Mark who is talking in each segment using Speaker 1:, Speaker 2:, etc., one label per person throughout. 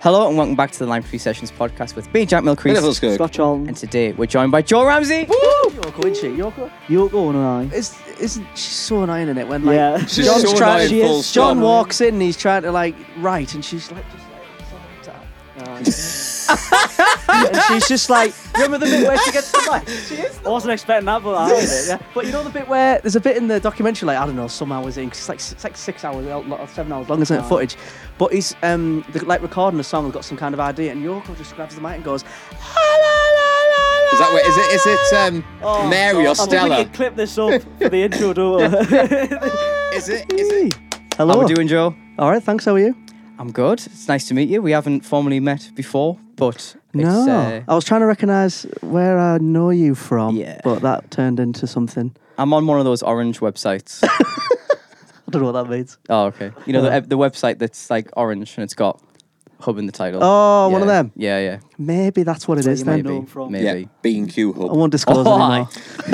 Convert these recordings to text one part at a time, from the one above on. Speaker 1: Hello and welcome back to the Lime Tree Sessions podcast with me, Jack Milcrease.
Speaker 2: Hello, Scott.
Speaker 3: Scotch on.
Speaker 1: And today we're joined by Joe Ramsey.
Speaker 3: Yoko, isn't she? Yoko? Yoko and I.
Speaker 4: It's, isn't she's so annoying in it when like
Speaker 3: Yeah.
Speaker 2: She's
Speaker 4: John's
Speaker 2: so
Speaker 4: trying-
Speaker 2: annoying,
Speaker 3: she
Speaker 2: full
Speaker 3: is-
Speaker 2: stop.
Speaker 4: John walks in and he's trying to like write and she's like just like
Speaker 3: and she's just like, remember the bit where she gets the mic? She is. I wasn't expecting that, but I did it. Yeah.
Speaker 4: but you know the bit where there's a bit in the documentary like I don't know some hours in 'cause it's like it's like six hours out- lot- seven hours long isn't it
Speaker 3: Right.
Speaker 4: footage but he's um the, like recording a song and got some kind of idea and Yoko just grabs the mic and goes
Speaker 2: Is that where, is it? Is it um,
Speaker 3: Oh,
Speaker 2: Mary or
Speaker 3: I think we
Speaker 2: Stella?
Speaker 3: can clip this up for the intro, don't we?
Speaker 2: Is it? Is it?
Speaker 4: hello
Speaker 1: How are we doing, Joe?
Speaker 4: all right thanks how are you
Speaker 1: I'm good. It's nice to meet you. We haven't formally met before, but it's,
Speaker 4: no
Speaker 1: uh,
Speaker 4: I was trying to recognise where I know you from
Speaker 1: Yeah.
Speaker 4: but that turned into something
Speaker 1: I'm on one of those orange websites.
Speaker 4: I don't know what that means
Speaker 1: oh, okay. You know the, the website that's like orange and it's got hub in the title.
Speaker 4: Oh, one of
Speaker 1: Yeah.
Speaker 4: them.
Speaker 1: Yeah, yeah.
Speaker 4: Maybe that's what it is then.
Speaker 1: Maybe.
Speaker 3: from-
Speaker 2: Yeah,
Speaker 1: Maybe.
Speaker 2: B and Q Hub.
Speaker 4: I won't disclose
Speaker 1: Oh,
Speaker 4: anymore.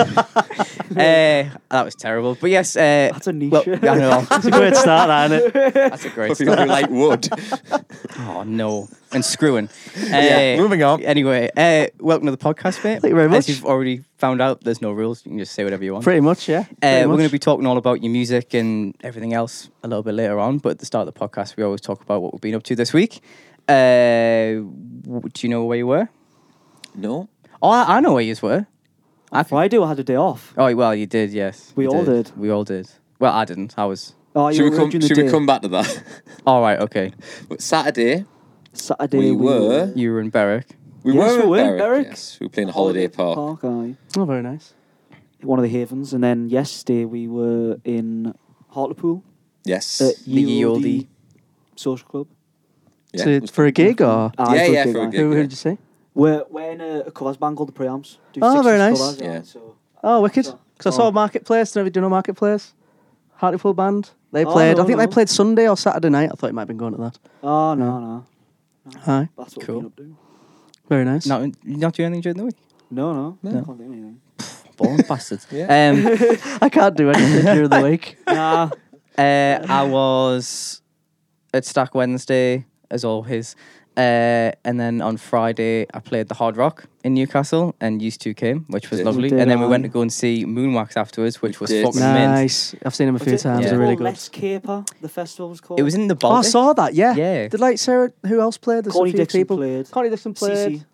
Speaker 1: aye. uh, that was terrible. But yes, uh,
Speaker 3: That's a niche.
Speaker 1: well, yeah, I know.
Speaker 3: It's a great start, that, isn't it?
Speaker 1: That's a great
Speaker 2: For people who like wood.
Speaker 1: Oh no, and screwing. Uh,
Speaker 2: moving on.
Speaker 1: Anyway, uh, welcome to the podcast, mate.
Speaker 4: Thank you very
Speaker 1: As
Speaker 4: much.
Speaker 1: you've already found out, there's no rules. You can just say whatever you want.
Speaker 4: Pretty much, yeah.
Speaker 1: uh,
Speaker 4: Pretty
Speaker 1: we're
Speaker 4: much.
Speaker 1: going to be talking all about your music and everything else a little bit later on. But at the start of the podcast, we always talk about what we've been up to this week. Uh, w- do you know where you were?
Speaker 2: No.
Speaker 1: Oh, I, I know where you were. I
Speaker 3: Well, I do. I had a day off.
Speaker 1: Oh, well, you did. Yes,
Speaker 3: We
Speaker 1: you
Speaker 3: all did.
Speaker 1: We all did. Well, I didn't. I was.
Speaker 3: Oh, you
Speaker 2: Should we
Speaker 3: were
Speaker 2: come?
Speaker 3: during the
Speaker 2: Should we
Speaker 3: day.
Speaker 2: come back to that?
Speaker 1: All right. Okay.
Speaker 2: But Saturday
Speaker 3: Saturday
Speaker 2: we were
Speaker 1: You were in Berwick.
Speaker 2: we
Speaker 3: Yes,
Speaker 2: were
Speaker 3: we were
Speaker 2: in
Speaker 3: in
Speaker 2: Berwick.
Speaker 3: Berwick.
Speaker 2: Yes, we were playing Holiday Park.
Speaker 3: Park aye.
Speaker 4: Oh, very nice.
Speaker 3: One of the havens. And then yesterday we were in Hartlepool
Speaker 2: Yes.
Speaker 3: at
Speaker 1: The ye
Speaker 3: ULD
Speaker 1: olde.
Speaker 3: Social Club. Ah,
Speaker 2: yeah.
Speaker 4: To- for a gig or
Speaker 3: Aye,
Speaker 2: Yeah,
Speaker 3: for a
Speaker 2: yeah,
Speaker 3: gig,
Speaker 2: for a
Speaker 3: aye.
Speaker 2: gig.
Speaker 4: who, who
Speaker 2: yeah.
Speaker 4: did you see?
Speaker 3: We're, we're in a, a covers band called the Preamps. Do
Speaker 4: Oh,
Speaker 3: six
Speaker 4: very
Speaker 3: inch
Speaker 4: nice.
Speaker 3: Covers,
Speaker 2: Yeah.
Speaker 3: aye, so-
Speaker 4: Oh, wicked. Because I saw
Speaker 3: Oh.
Speaker 4: Marketplace. Never do know Marketplace. Hartlepool band. They
Speaker 3: Oh,
Speaker 4: played.
Speaker 3: no,
Speaker 4: I think
Speaker 3: no.
Speaker 4: they played Sunday or Saturday night. I thought it might have been going to that.
Speaker 3: Oh, no, no.
Speaker 4: Aye,
Speaker 3: That's what
Speaker 1: Cool.
Speaker 3: we've been up to.
Speaker 4: very nice.
Speaker 1: Not not doing anything during the week.
Speaker 3: No, no.
Speaker 2: No.
Speaker 3: Can't do anything.
Speaker 1: Born bastards.
Speaker 2: Yeah.
Speaker 1: Um,
Speaker 4: I can't do anything during the week.
Speaker 3: Nah.
Speaker 1: Uh, I was at Stack Wednesday, as always. Uh, and then on Friday, I played the Hard Rock in Newcastle, and used to came, which was
Speaker 2: Did.
Speaker 1: lovely.
Speaker 3: Did
Speaker 1: and then we
Speaker 3: I?
Speaker 1: went to go and see Moonwax afterwards, which was
Speaker 2: Did.
Speaker 1: fucking mint.
Speaker 4: Nice. I've seen him a few
Speaker 3: Was it-
Speaker 4: times.
Speaker 3: was
Speaker 4: They're
Speaker 3: it
Speaker 4: really
Speaker 3: called
Speaker 4: good.
Speaker 3: Let's Caper, the festival was called.
Speaker 1: It was in the
Speaker 4: Oh, I
Speaker 1: Baltic.
Speaker 4: saw that. Yeah.
Speaker 1: Yeah.
Speaker 4: Did like Sarah? Who else played? There's
Speaker 3: Corny
Speaker 4: a few
Speaker 3: Dixon
Speaker 4: people.
Speaker 3: played.
Speaker 4: Corny Dixon
Speaker 3: CC.
Speaker 4: played.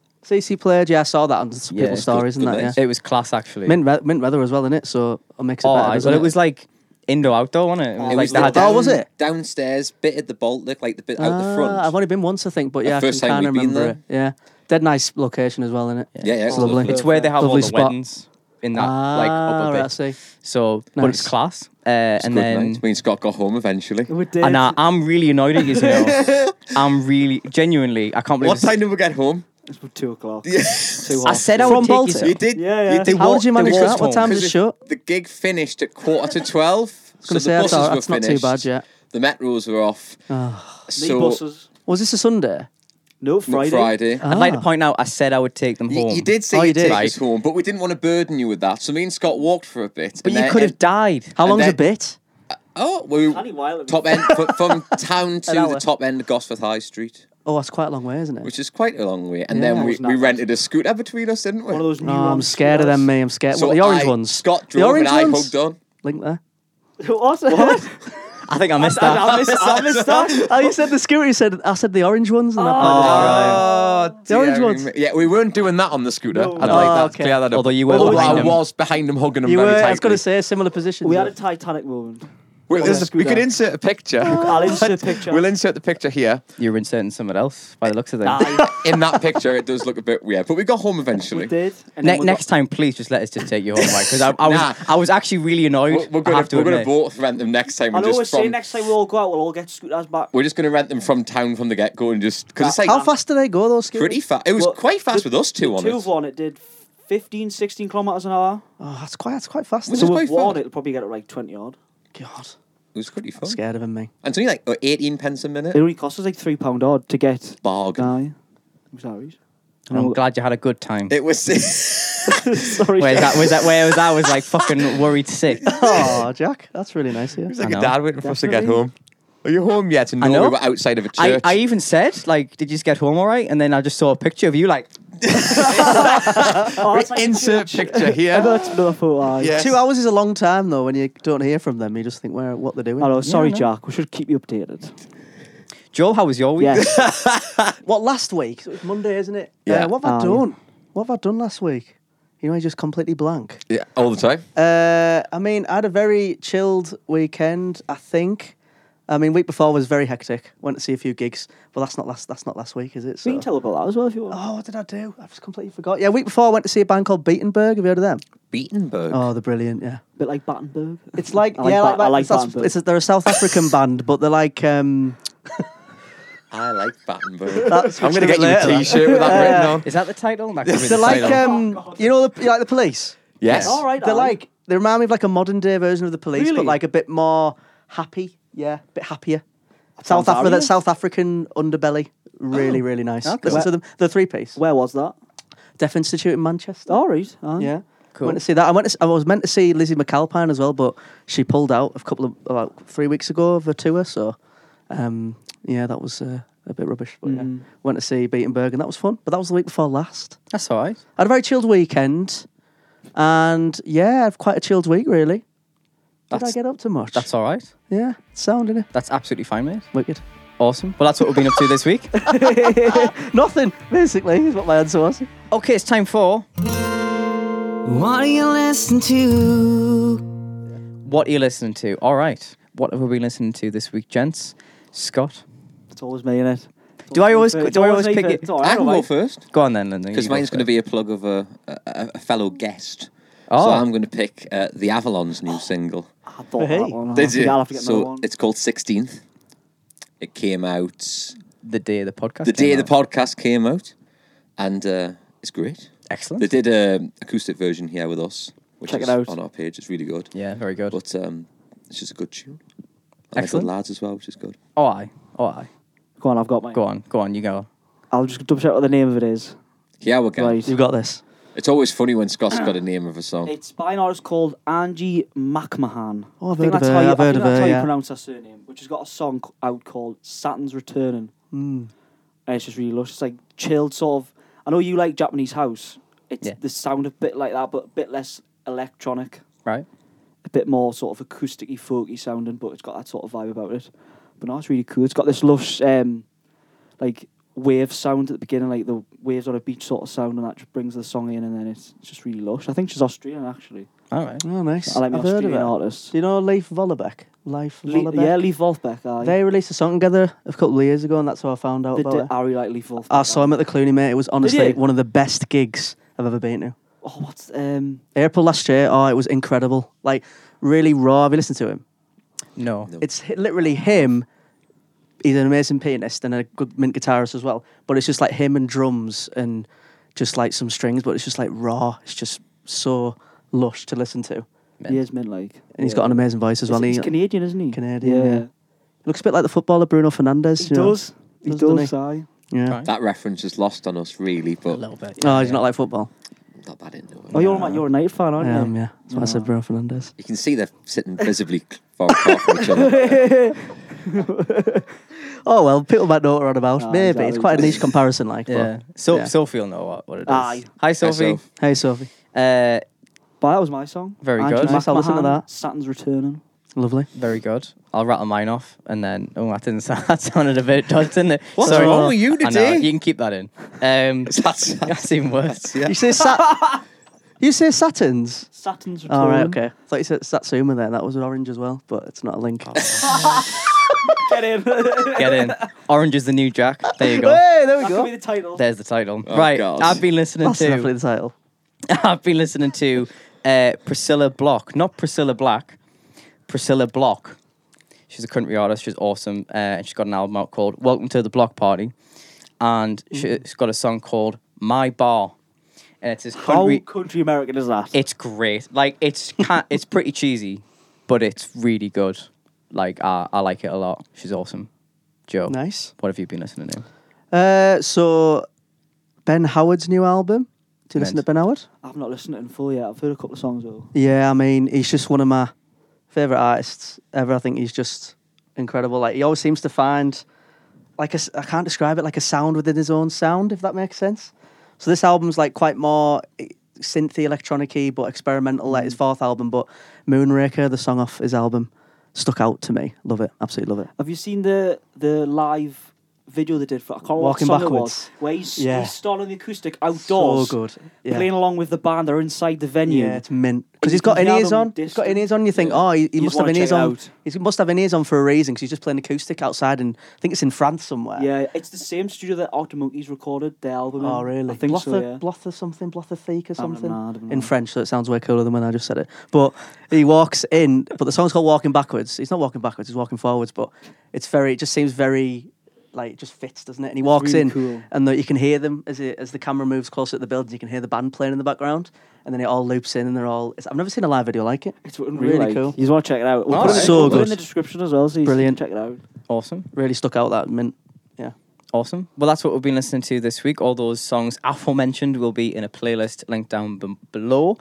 Speaker 4: CC played. Yeah, I saw that on some
Speaker 1: Yeah,
Speaker 4: people's
Speaker 1: it's
Speaker 2: good-
Speaker 4: stories and
Speaker 2: good
Speaker 4: that. Yeah.
Speaker 2: nice.
Speaker 1: It was class, actually.
Speaker 4: Mint, re- mint weather as well, in it? So it makes it
Speaker 1: oh,
Speaker 4: better.
Speaker 1: aye,
Speaker 4: doesn't
Speaker 1: but it was like indoor outdoor, wasn't it? It was like they
Speaker 2: the
Speaker 1: had
Speaker 4: Oh, was
Speaker 2: down-
Speaker 4: it?
Speaker 2: downstairs bit at the Baltic, like the bit out the
Speaker 4: Ah,
Speaker 2: front?
Speaker 4: I've only been once, I think, but
Speaker 2: The
Speaker 4: yeah, I
Speaker 2: first
Speaker 4: can
Speaker 2: time
Speaker 4: kind of
Speaker 2: we've been
Speaker 4: remember it. Yeah, dead nice location as well, innit?
Speaker 2: yeah, yeah,
Speaker 4: It's lovely.
Speaker 1: It's where they have
Speaker 4: Lovely
Speaker 1: all the
Speaker 4: spot.
Speaker 1: weddings in that
Speaker 4: ah,
Speaker 1: like upper
Speaker 4: right,
Speaker 1: bit.
Speaker 4: I see.
Speaker 1: So, but it's
Speaker 4: Nice.
Speaker 1: class. Uh, and then
Speaker 2: night. me and Scott got home eventually.
Speaker 3: We did.
Speaker 1: And I, I'm really annoyed at you now. I'm really, genuinely, I can't believe.
Speaker 2: What
Speaker 1: this-
Speaker 2: time did we get home?
Speaker 3: It's about two o'clock.
Speaker 2: Yeah.
Speaker 3: Two
Speaker 1: I
Speaker 3: half
Speaker 1: said I
Speaker 3: two.
Speaker 1: would
Speaker 4: From
Speaker 1: take
Speaker 4: Baltic.
Speaker 1: yourself.
Speaker 2: You did.
Speaker 3: Yeah, yeah.
Speaker 2: You did
Speaker 4: How
Speaker 2: walk-
Speaker 4: did you
Speaker 2: they
Speaker 4: manage
Speaker 2: walked
Speaker 4: that? What
Speaker 2: home.
Speaker 4: time did
Speaker 2: 'Cause
Speaker 4: it shut?
Speaker 2: The gig finished at quarter to twelve. so the
Speaker 4: gonna say, I
Speaker 2: buses
Speaker 4: thought
Speaker 2: were
Speaker 4: that's not too
Speaker 2: finished.
Speaker 4: bad yet.
Speaker 2: The metros were off.
Speaker 3: The
Speaker 2: so
Speaker 3: buses.
Speaker 4: Was Oh, this a Sunday?
Speaker 3: No, Friday.
Speaker 2: Friday. Friday.
Speaker 1: I'd like to point out, I said I would take them
Speaker 2: Ah. You,
Speaker 1: home.
Speaker 2: you did say
Speaker 4: Uh, Oh, you
Speaker 2: you'd
Speaker 4: did.
Speaker 2: take
Speaker 1: Right.
Speaker 2: us home, but we didn't want to burden you with that. So me and Scott walked for a bit.
Speaker 1: but
Speaker 2: and
Speaker 1: you
Speaker 2: then-
Speaker 1: could have
Speaker 2: and-
Speaker 1: died.
Speaker 4: How
Speaker 2: And
Speaker 4: long's a
Speaker 2: then-
Speaker 4: bit?
Speaker 2: Oh, we
Speaker 3: Funny while it was-
Speaker 2: top end fr- from town to the
Speaker 4: hour.
Speaker 2: top end of Gosforth High Street,
Speaker 4: Oh, that's quite a long way, isn't it?
Speaker 2: which is quite a long way. And
Speaker 4: Yeah.
Speaker 2: then
Speaker 4: That
Speaker 2: we,
Speaker 3: was
Speaker 2: we
Speaker 3: nice.
Speaker 2: rented a scooter between us, didn't we?
Speaker 3: One of those new
Speaker 4: Oh, I'm
Speaker 3: ones.
Speaker 4: scared of them, me. I'm scared.
Speaker 2: So
Speaker 4: what, the orange
Speaker 2: I-
Speaker 4: ones?
Speaker 2: Scott
Speaker 4: the
Speaker 2: drove
Speaker 4: orange
Speaker 2: and I
Speaker 4: ones?
Speaker 2: hugged on.
Speaker 4: Link there.
Speaker 3: what? what?
Speaker 1: I think I missed that.
Speaker 3: I missed, I missed that.
Speaker 4: Oh, you said the scooter. You said I said the orange ones, and Oh, I
Speaker 2: Oh,
Speaker 4: The orange
Speaker 2: dear
Speaker 4: ones.
Speaker 2: me. Yeah, we weren't doing that on the scooter.
Speaker 3: No.
Speaker 2: I'd
Speaker 4: Oh,
Speaker 2: like that
Speaker 4: okay.
Speaker 2: clear that up.
Speaker 1: Although you were
Speaker 2: Although
Speaker 1: behind
Speaker 2: I
Speaker 1: him.
Speaker 2: was behind him, hugging him
Speaker 4: You
Speaker 2: very
Speaker 4: were.
Speaker 2: tightly.
Speaker 4: I was going to say similar positions.
Speaker 3: We had a
Speaker 4: though.
Speaker 3: Titanic moment.
Speaker 2: Wait,
Speaker 3: on
Speaker 2: there's
Speaker 3: the
Speaker 2: a- we could
Speaker 3: scooter. Oh,
Speaker 2: insert a picture.
Speaker 3: I'll insert a picture.
Speaker 2: We'll insert the picture here.
Speaker 1: You're inserting someone else by the looks of things.
Speaker 3: Aye,
Speaker 2: In that picture, it does look a bit weird, but we got home
Speaker 3: we
Speaker 2: eventually.
Speaker 3: did. And then
Speaker 1: Ne-
Speaker 3: we
Speaker 1: next
Speaker 3: got-
Speaker 1: time, please just let us just take you home, right? Because I, I was,
Speaker 2: Nah.
Speaker 1: I was actually really annoyed.
Speaker 2: We're, we're
Speaker 1: I
Speaker 2: gonna
Speaker 1: have to
Speaker 2: we're gonna
Speaker 1: admit.
Speaker 2: both rent them next time.
Speaker 3: I
Speaker 2: and
Speaker 3: know
Speaker 2: just
Speaker 3: we're saying
Speaker 2: from-
Speaker 3: next time we all go out, we'll all get scooters back.
Speaker 2: We're just gonna rent them from town from the get go and just because it's like
Speaker 4: How fast do they go? Those scooters?
Speaker 2: pretty fast. It was
Speaker 3: Well,
Speaker 2: quite fast
Speaker 3: the-
Speaker 2: with us two
Speaker 3: the
Speaker 2: on
Speaker 3: two
Speaker 2: it.
Speaker 3: of one, it did 15, 16 kilometres an hour.
Speaker 4: Oh, that's quite. That's quite fast.
Speaker 2: Was
Speaker 4: though.
Speaker 2: it
Speaker 3: With
Speaker 2: Quite
Speaker 3: one,
Speaker 2: fast.
Speaker 3: it'll probably get it like 20 odd.
Speaker 4: God,
Speaker 2: It was pretty fun.
Speaker 4: scared of him, me.
Speaker 2: And it's only like uh, eighteen pence a minute.
Speaker 3: It only cost us like £3 pound odd to get.
Speaker 2: Bargain.
Speaker 3: Aye. I'm sorry.
Speaker 1: And
Speaker 4: Oh,
Speaker 1: I'm glad you had a good time.
Speaker 2: It was.
Speaker 3: sorry.
Speaker 1: Whereas that, whereas that, whereas I was like fucking worried sick.
Speaker 4: Oh, Jack, that's really nice. Yeah.
Speaker 2: It's like
Speaker 1: I
Speaker 2: a
Speaker 1: know.
Speaker 2: dad waiting for us to get
Speaker 3: Definitely.
Speaker 2: home. Are you home yet? And
Speaker 1: I
Speaker 2: no,
Speaker 1: know.
Speaker 2: we were outside of a
Speaker 1: I,
Speaker 2: church.
Speaker 1: I even said, like, did you just get home all right? And then I just saw a picture of you, like,
Speaker 3: Oh, that's like-
Speaker 2: Insert picture
Speaker 3: I've
Speaker 2: here.
Speaker 3: got another photo. aye.
Speaker 2: Yes.
Speaker 4: Two hours is a long time though when you don't hear from them. You just think, where what they're doing.
Speaker 3: Hello, sorry,
Speaker 1: no.
Speaker 3: Jack. We should keep you updated.
Speaker 1: Joel, how was your week?
Speaker 3: Yes.
Speaker 4: What last week? So It was Monday, isn't it?
Speaker 2: Yeah. Um,
Speaker 4: Uh, what have I
Speaker 3: Ah,
Speaker 4: done? What have I done last week? You know, I just completely blank.
Speaker 2: Yeah, all the time.
Speaker 4: Uh, I mean, I had a very chilled weekend. I think. I mean, week before was very hectic. Went to see a few gigs, but that's not last. That's not last week, is it?
Speaker 3: we
Speaker 4: So-
Speaker 3: can tell about that as well if you want.
Speaker 4: oh, what did I do? I've just completely forgot. Yeah, week before I went to see a band called Beatenberg. Have you heard of them?
Speaker 2: Beatenberg.
Speaker 4: Oh, they're brilliant. Yeah,
Speaker 3: A bit like Battenberg.
Speaker 4: it's like,
Speaker 3: I like
Speaker 4: yeah,
Speaker 3: Ba-
Speaker 4: like,
Speaker 3: I
Speaker 4: that-
Speaker 3: like
Speaker 4: that's-
Speaker 3: Battenberg.
Speaker 4: it's a, they're a South African band, but they're like um,
Speaker 2: I like Battenberg.
Speaker 4: That's-
Speaker 2: I'm going to get you
Speaker 4: later.
Speaker 2: a T-shirt with that written on.
Speaker 1: Is that the title? That could be
Speaker 4: they're
Speaker 1: the
Speaker 4: like
Speaker 1: title.
Speaker 4: um, you know, the, you like the police.
Speaker 2: Yes.
Speaker 3: Oh, All right.
Speaker 4: They're
Speaker 3: aye.
Speaker 4: like they remind me of like a modern day version of the police, but
Speaker 3: Really?
Speaker 4: like a bit more happy. Yeah, a bit happier. South
Speaker 3: Sounds
Speaker 4: Africa, that Oh,
Speaker 3: Aryan.
Speaker 4: South African underbelly, really, really nice.
Speaker 1: okay.
Speaker 4: Listen to them. The three piece.
Speaker 3: Where was that?
Speaker 4: Deaf Institute in Manchester.
Speaker 3: All right. uh, aye.
Speaker 4: Yeah.
Speaker 1: Cool.
Speaker 4: Went to see that. I went. To, s- I was meant to see Lizzie McAlpine as well, but she pulled out a couple of about three weeks ago of her tour. So, um, yeah, that was uh, a bit rubbish. But yeah, went to see Beatenberg, and that was fun. But that was the week before last.
Speaker 1: That's all right.
Speaker 4: I had a very chilled weekend, and yeah, I had quite a chilled week really. Did I
Speaker 1: That's-
Speaker 4: get up to much?
Speaker 1: That's all right.
Speaker 4: yeah, sound in it.
Speaker 1: That's absolutely fine, mate.
Speaker 4: Wicked.
Speaker 1: Awesome. Well, that's what we've been up to this week.
Speaker 4: Nothing basically is what my answer was.
Speaker 1: Okay, it's time for
Speaker 5: What are you listening to?
Speaker 1: What Are You Listening To? All right. What have we been listening to this week, gents? Scott?
Speaker 3: It's always me in it. It's
Speaker 1: Do I always-
Speaker 3: me first.
Speaker 1: do I
Speaker 3: It's
Speaker 1: always
Speaker 3: me
Speaker 1: pick
Speaker 3: first.
Speaker 1: it?
Speaker 3: It's all right,
Speaker 2: I can
Speaker 3: all
Speaker 2: go
Speaker 3: right.
Speaker 2: first
Speaker 1: Go on then, Lyndon.
Speaker 2: because mine's going to be a plug of a, a, a fellow guest.
Speaker 1: Oh.
Speaker 2: So I'm going to pick uh, the Avalon's new single.
Speaker 3: I thought of that
Speaker 4: Hey.
Speaker 3: one. I
Speaker 2: Did
Speaker 3: think
Speaker 2: you?
Speaker 3: Oh, I'll have to get
Speaker 2: so
Speaker 3: another one.
Speaker 2: it's called 16th. It came out
Speaker 1: the day of the podcast.
Speaker 2: the
Speaker 1: came
Speaker 2: day the
Speaker 1: out.
Speaker 2: podcast came out, and uh, it's great.
Speaker 1: Excellent.
Speaker 2: They did an acoustic version here with us, which
Speaker 3: Check
Speaker 2: is
Speaker 3: it out.
Speaker 2: on our page. It's really good.
Speaker 1: yeah, very good.
Speaker 2: But um, it's just a good tune. And Excellent.
Speaker 1: Excellent.
Speaker 2: Good lads as well, which is good.
Speaker 1: Oh, aye. Oh, aye.
Speaker 3: Go on, I've got mine.
Speaker 1: Go on. Go on. You go.
Speaker 3: I'll just double check what the name of it is.
Speaker 2: Yeah, we're going.
Speaker 3: Right.
Speaker 4: You've got this.
Speaker 2: It's always funny when Scott's got a name of a song.
Speaker 3: It's by an artist called Angie McMahon.
Speaker 4: Oh, I've
Speaker 3: I think
Speaker 4: heard of
Speaker 3: that's
Speaker 4: her,
Speaker 3: how you,
Speaker 4: I've
Speaker 3: I
Speaker 4: heard
Speaker 3: think
Speaker 4: of
Speaker 3: that's
Speaker 4: her,
Speaker 3: how
Speaker 4: yeah.
Speaker 3: you pronounce her surname, which has got a song c- out called Saturn's Returning.
Speaker 4: Hmm.
Speaker 3: And it's just really lush. It's like chilled, sort of. I know you like Japanese house. It's
Speaker 1: Yeah.
Speaker 3: the sound a bit like that, but a bit less electronic,
Speaker 1: Right?
Speaker 3: a bit more sort of acoustic y, folky sounding, but it's got that sort of vibe about it. But no, it's really cool. It's got this lush, um, like, wave sound at the beginning, like the waves on a beach sort of sound, and that just brings the song in, and then it's it's just really lush. I think she's Australian, actually.
Speaker 1: All right.
Speaker 4: Oh, nice.
Speaker 3: I like my
Speaker 4: I've heard of
Speaker 3: Australian
Speaker 4: it.
Speaker 3: artists.
Speaker 4: Do you know Leif Vollebeck? Leif
Speaker 3: Le-
Speaker 4: Vollebeck.
Speaker 3: yeah, Leif Volbeck. Aye.
Speaker 4: They released a song together a couple of years ago, and that's how I found out
Speaker 3: They
Speaker 4: about
Speaker 3: did.
Speaker 4: it.
Speaker 3: I really like Leif Volbeck.
Speaker 4: I saw him at the Clooney, mate. It was honestly
Speaker 3: you?
Speaker 4: one of the best gigs I've ever been to.
Speaker 3: Oh, what's um?
Speaker 4: April last year, oh, it was incredible. Like, really raw. Have you listened to him?
Speaker 1: No.
Speaker 4: It's hi- literally him. He's an amazing pianist and a good mint guitarist as well. But it's just like him and drums and just like some strings, but it's just like raw. It's just so lush to listen to. And
Speaker 3: He is mint like.
Speaker 4: he's got an amazing voice as well.
Speaker 3: he's,
Speaker 4: He
Speaker 3: Canadian, isn't he?
Speaker 4: Canadian, yeah. looks a bit like the footballer Bruno Fernandes.
Speaker 3: He
Speaker 4: you know?
Speaker 3: does. He
Speaker 4: Does, doesn't
Speaker 3: does.
Speaker 4: he?
Speaker 3: aye.
Speaker 4: Yeah.
Speaker 1: Right.
Speaker 2: That reference is lost on us, really, but
Speaker 1: little bit.
Speaker 4: Oh, he's not like football.
Speaker 2: not that into it.
Speaker 3: Oh, you're a- you're a United fan, aren't
Speaker 4: I
Speaker 3: you?
Speaker 4: am, yeah. That's why I said Bruno Fernandes.
Speaker 2: You can see they're sitting visibly far apart from each other.
Speaker 4: Oh well, people might know what we're on about.
Speaker 3: Ah,
Speaker 4: Maybe it's
Speaker 3: exactly.
Speaker 4: quite a niche comparison, like.
Speaker 1: Yeah.
Speaker 4: But.
Speaker 1: So,
Speaker 4: Yeah. Ah,
Speaker 1: Sophie will know what, what it is.
Speaker 3: Aye.
Speaker 1: Hi, Sophie.
Speaker 2: Soph.
Speaker 4: Hey Sophie,
Speaker 1: Uh,
Speaker 3: But that was my song.
Speaker 1: Very
Speaker 3: Angie
Speaker 1: good.
Speaker 4: Nice, I'll listen to
Speaker 3: McMahon,
Speaker 4: that.
Speaker 3: Saturn's returning.
Speaker 4: lovely.
Speaker 1: very good. I'll rattle mine off and then. Oh, that didn't sound. That sounded a bit dodgy, didn't it?
Speaker 2: What's wrong with you
Speaker 1: I know,
Speaker 2: today?
Speaker 1: you can keep that in. Um,
Speaker 2: That's,
Speaker 1: that's even worse.
Speaker 2: yeah.
Speaker 4: You say Sat? you say Um, Saturns?
Speaker 3: Saturn's returning.
Speaker 4: All right, okay. I thought you said Satsuma there. That was an orange as well, but it's not a link.
Speaker 3: Get in. that
Speaker 1: Get in. Orange is the new Jack. There you go.
Speaker 4: hey, there we
Speaker 3: could
Speaker 4: go.
Speaker 3: be the title.
Speaker 1: There's the title. right.
Speaker 2: Oh, God.
Speaker 1: I've been listening
Speaker 4: That's definitely
Speaker 1: to.
Speaker 4: the title.
Speaker 1: I've been listening to uh, Priscilla Block, not Priscilla Black. Priscilla Block. She's a country artist. She's awesome. Uh, and she's got an album out called Welcome to the Block Party, and
Speaker 2: Mm.
Speaker 1: she's got a song called My Bar, and it's this
Speaker 3: How
Speaker 1: country.
Speaker 3: country American is that?
Speaker 1: It's great. Like it's can it's pretty cheesy, but it's really good. Like I, I like it a lot. She's awesome. Joe,
Speaker 4: Nice.
Speaker 1: What have you been listening to?
Speaker 4: Uh, so, Ben Howard's new album. Do you listen
Speaker 1: Nice.
Speaker 4: to Ben Howard?
Speaker 3: I've not listened to it in full yet. I've heard a couple of songs though.
Speaker 4: Yeah, I mean, he's just one of my favorite artists ever. I think he's just incredible. Like he always seems to find like a s- I can't describe it like a sound within his own sound, if that makes sense. So this album's like quite more eh, synthy, electronicy, but experimental. Like his fourth album, but Moonraker, the song off his album, stuck out to me. Love it, absolutely love it.
Speaker 3: Have you seen the the live video they did for? I can't remember
Speaker 4: Walking
Speaker 3: what song
Speaker 4: Backwards.
Speaker 3: it was. Where he's,
Speaker 4: Yeah.
Speaker 3: he's starting the acoustic outdoors,
Speaker 4: So good.
Speaker 3: playing along with the band. They're inside the venue.
Speaker 4: Yeah, it's mint
Speaker 3: And
Speaker 4: because he's
Speaker 3: you can
Speaker 4: got in
Speaker 3: hear
Speaker 4: ears
Speaker 3: them
Speaker 4: on. He's got in
Speaker 3: distant.
Speaker 4: ears on. You think,
Speaker 3: Yeah.
Speaker 4: oh, he, he
Speaker 3: You
Speaker 4: must
Speaker 3: just
Speaker 4: have
Speaker 3: wanna
Speaker 4: in
Speaker 3: check
Speaker 4: ears
Speaker 3: it
Speaker 4: on.
Speaker 3: out.
Speaker 4: He must have in ears on for a reason because he's just playing acoustic outside, and I think it's in France somewhere.
Speaker 3: Yeah, it's the same studio that Arctic Monkeys recorded their album.
Speaker 4: Oh,
Speaker 3: in.
Speaker 4: really?
Speaker 3: I think
Speaker 4: Blother,
Speaker 3: so. Yeah.
Speaker 4: Blother something, Blother Thick or
Speaker 3: don't know,
Speaker 4: something.
Speaker 3: I don't
Speaker 4: in
Speaker 3: know.
Speaker 4: French, so it sounds way cooler than when I just said it. But he walks in, but the song's called Walking Backwards. He's not walking backwards, he's walking forwards, but it's very, it just seems very, like, it just fits, doesn't it? And he walks
Speaker 3: really
Speaker 4: in,
Speaker 3: cool.
Speaker 4: and the, you can hear them as, it, as the camera moves closer to the building, you can hear the band playing in the background, and then it all loops in, and they're all, it's, I've never seen a live video like it.
Speaker 3: It's unreal,
Speaker 4: Really
Speaker 3: like.
Speaker 4: cool.
Speaker 3: You just want to check it out. We'll
Speaker 1: All
Speaker 3: put it,
Speaker 1: right.
Speaker 3: in-
Speaker 4: So
Speaker 3: we'll put it
Speaker 4: good.
Speaker 3: in the description as well, so you
Speaker 4: Brilliant.
Speaker 3: can check it out.
Speaker 1: Awesome.
Speaker 4: Really stuck out that mint. Yeah.
Speaker 1: Awesome. Well, that's what we've been listening to this week. All those songs aforementioned will be in a playlist linked down b- below.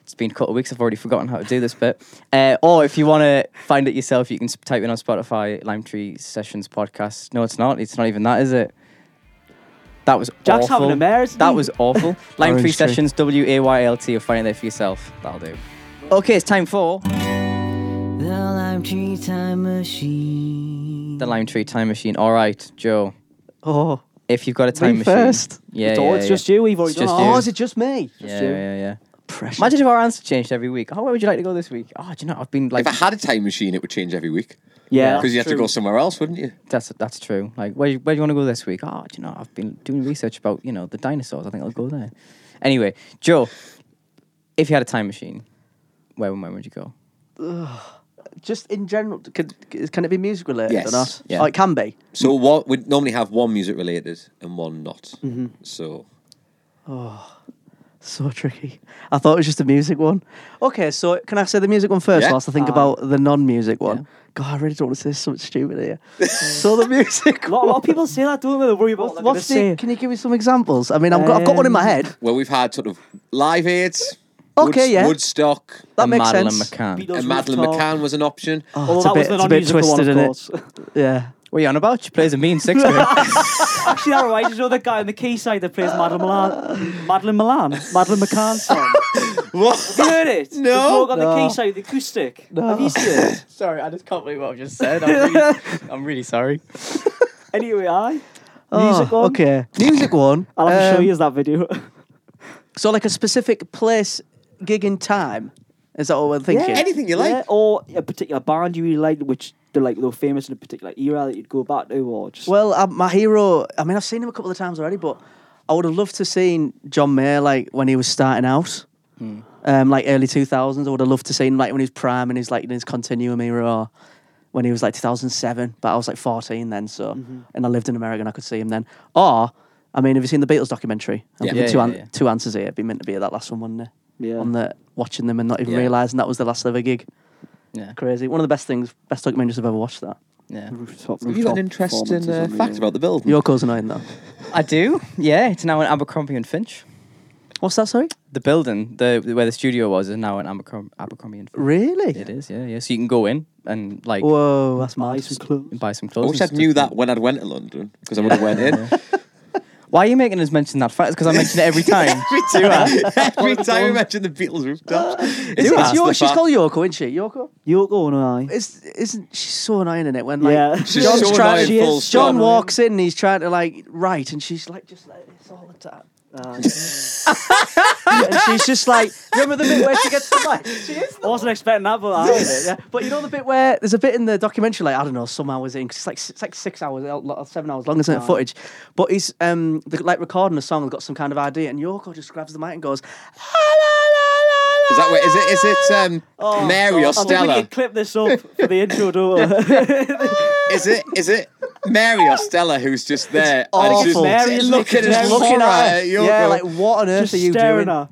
Speaker 1: It's been a couple of weeks. I've already forgotten how to do this bit. Uh, or if you want to find it yourself, you can s- type in on Spotify Limetree Sessions podcast. No, it's not. It's not even that, is it? That was
Speaker 3: Jack's
Speaker 1: awful.
Speaker 3: having a mare, isn't
Speaker 1: That
Speaker 3: he?
Speaker 1: was awful. Limetree
Speaker 4: Orange tree.
Speaker 1: Sessions W A Y L T. You'll find it there for yourself. That'll do. Okay, it's time for
Speaker 5: The Lime Tree Time Machine.
Speaker 1: the Limetree Time Machine. All right, Joe.
Speaker 4: Oh.
Speaker 1: If you've got a time machine,
Speaker 4: first.
Speaker 1: yeah,
Speaker 3: it's
Speaker 1: yeah,
Speaker 3: all, it's
Speaker 1: yeah.
Speaker 3: just you. We've already
Speaker 1: It's
Speaker 3: done
Speaker 1: just
Speaker 3: ours.
Speaker 1: you.
Speaker 4: Oh, is it just me?
Speaker 1: yeah,
Speaker 3: you.
Speaker 1: yeah, yeah.
Speaker 4: Pressure.
Speaker 1: Imagine if our answer changed every week. Oh, where would you like to go this week? Oh, do you know I've been like
Speaker 2: If I had a time machine, it would change every week
Speaker 3: Yeah,
Speaker 2: because you have to go somewhere else, wouldn't you?
Speaker 1: that's that's true. Like where you- where do you want to go this week? Oh, do you know I've been doing research about you know the dinosaurs. I think I'll go there. Anyway, Joe, if you had a time machine, where and when would you go?
Speaker 4: just in general, could, can it be music related
Speaker 2: Yes.
Speaker 4: or not?
Speaker 1: Yeah.
Speaker 4: Oh, it can be.
Speaker 2: So
Speaker 3: Mm.
Speaker 2: what we'd normally have one music related and one not.
Speaker 3: Mm-hmm.
Speaker 2: So
Speaker 4: So tricky. I thought it was just a music one. Okay, so can I say the music one first
Speaker 2: Yeah.
Speaker 4: whilst I think about the non music one? God, I really don't want to say something stupid here. so the music
Speaker 3: A lot, a
Speaker 4: one.
Speaker 3: lot of people say that, don't they? They worry about what
Speaker 4: What's
Speaker 3: they're
Speaker 4: the,
Speaker 3: going to say.
Speaker 4: can you give me some examples? I mean, I've got, I've got one in
Speaker 1: Um,
Speaker 4: my head.
Speaker 2: well, we've had sort of live aids.
Speaker 4: Okay,
Speaker 2: Woods-
Speaker 4: yeah.
Speaker 2: Woodstock.
Speaker 4: That
Speaker 1: and
Speaker 4: makes
Speaker 1: Madeline
Speaker 4: sense.
Speaker 1: McCann.
Speaker 3: Beatles
Speaker 2: and Madeline
Speaker 3: rooftop.
Speaker 2: McCann was an option.
Speaker 4: Oh,
Speaker 3: Although
Speaker 4: it's a
Speaker 3: that was
Speaker 4: bit,
Speaker 3: the
Speaker 4: it's a bit
Speaker 3: non-musical one,
Speaker 4: twisted,
Speaker 3: of
Speaker 4: in it?
Speaker 3: course.
Speaker 4: Yeah.
Speaker 1: What are you on about? She plays a mean six. man.
Speaker 3: Actually, that reminds me of the guy on the quayside that plays Madeline Milan. Madeline Milan? Madeline McCann's son.
Speaker 2: What?
Speaker 3: You heard it? The
Speaker 2: No.
Speaker 3: bloke on the
Speaker 4: No.
Speaker 3: quayside, the acoustic. Have you seen it?
Speaker 1: sorry, I just can't believe what I've just said. I'm really, I'm really sorry.
Speaker 3: Anyway, I.
Speaker 4: Oh,
Speaker 3: Music one?
Speaker 4: Okay. Music one.
Speaker 3: I'll have to show
Speaker 4: um,
Speaker 3: you that video.
Speaker 4: So, like a specific place, gig in time. Is that what we're thinking?
Speaker 2: Anything you like.
Speaker 3: Yeah, or a particular band you really liked, which they're like they were famous in a particular era that you'd go back to, or just
Speaker 4: Well, uh, my hero. I mean, I've seen him a couple of times already, but I would have loved to seen John Mayer like when he was starting out, um, like early two thousands. I would have loved to seen him, like when he was prime and he's like in his continuum era, or when he was like two thousand seven. But I was like fourteen then, so and I lived in America and I could see him then. Or I mean, have you seen the Beatles documentary? I'll
Speaker 2: Yeah.
Speaker 4: give you
Speaker 1: Yeah,
Speaker 4: two,
Speaker 1: yeah,
Speaker 4: an-
Speaker 1: yeah.
Speaker 4: two answers here. It'd be meant to be that last one, wouldn't it?
Speaker 3: Yeah.
Speaker 4: On the watching them and not even
Speaker 2: Yeah.
Speaker 4: realizing that was the last ever gig.
Speaker 1: Yeah,
Speaker 4: Crazy. One of the best things, best documentaries I've ever watched. That
Speaker 1: yeah.
Speaker 3: rooftop.
Speaker 2: Have you got an
Speaker 3: rooftop
Speaker 2: interesting uh,
Speaker 3: performances on
Speaker 2: fact
Speaker 3: the-
Speaker 2: about the building?
Speaker 4: your cousin, I though.
Speaker 1: I do. Yeah, it's now in Abercrombie and Finch.
Speaker 4: What's that? Sorry.
Speaker 1: The building, the where the studio was, is now in Abercrom- Abercrombie and Finch.
Speaker 4: Really?
Speaker 1: It is, yeah, yeah. So you can go in and like
Speaker 4: Whoa, that's mad.
Speaker 3: Nice and close.
Speaker 1: buy some
Speaker 2: I
Speaker 1: clothes.
Speaker 2: wish
Speaker 1: and
Speaker 2: I
Speaker 1: stuff.
Speaker 2: knew that when I'd went to London because I would have went in.
Speaker 1: Why are you making us mention that fact? Because I mention it every time. Do I?
Speaker 2: Every time we mentioned the Beatles rooftops, it's,
Speaker 4: It's,
Speaker 2: that's
Speaker 4: it's Yo-
Speaker 2: the
Speaker 4: she's
Speaker 2: fact.
Speaker 4: called Yoko, isn't she? Yoko?
Speaker 3: Yoko and I.
Speaker 4: It's, isn't she's so annoying in it when like
Speaker 3: Yeah.
Speaker 2: She's
Speaker 4: John's
Speaker 2: so
Speaker 4: trying-
Speaker 2: annoying,
Speaker 3: she is-
Speaker 2: full stop.
Speaker 4: John walks in and he's trying to like write and she's like just like this all the time. Oh, and she's just like remember the bit where she gets the mic? She is
Speaker 3: I wasn't expecting that, but I did it. Yeah.
Speaker 4: But you know the bit where there's a bit in the documentary, like I don't know, some hours in, 'cause it's like it's like six hours, a lot- seven hours long, isn't it? Footage. But he's um they're, like recording a song, they've got some kind of idea, and Yoko just grabs the mic and goes,
Speaker 2: Is that where, is it? Is it um,
Speaker 4: Oh,
Speaker 2: Mary or
Speaker 3: I think Oh, we need
Speaker 2: Stella?
Speaker 3: to clip this up for the intro, don't we?
Speaker 2: Is it? Is it Mary or Stella who's just there and
Speaker 4: awful.
Speaker 2: just
Speaker 3: Mary
Speaker 2: looking
Speaker 3: looking-
Speaker 2: at
Speaker 3: Mary
Speaker 2: looking
Speaker 3: looking
Speaker 2: at Yoko?
Speaker 4: Yeah, like what on earth
Speaker 3: Just
Speaker 4: are you
Speaker 3: staring
Speaker 4: doing?
Speaker 3: at.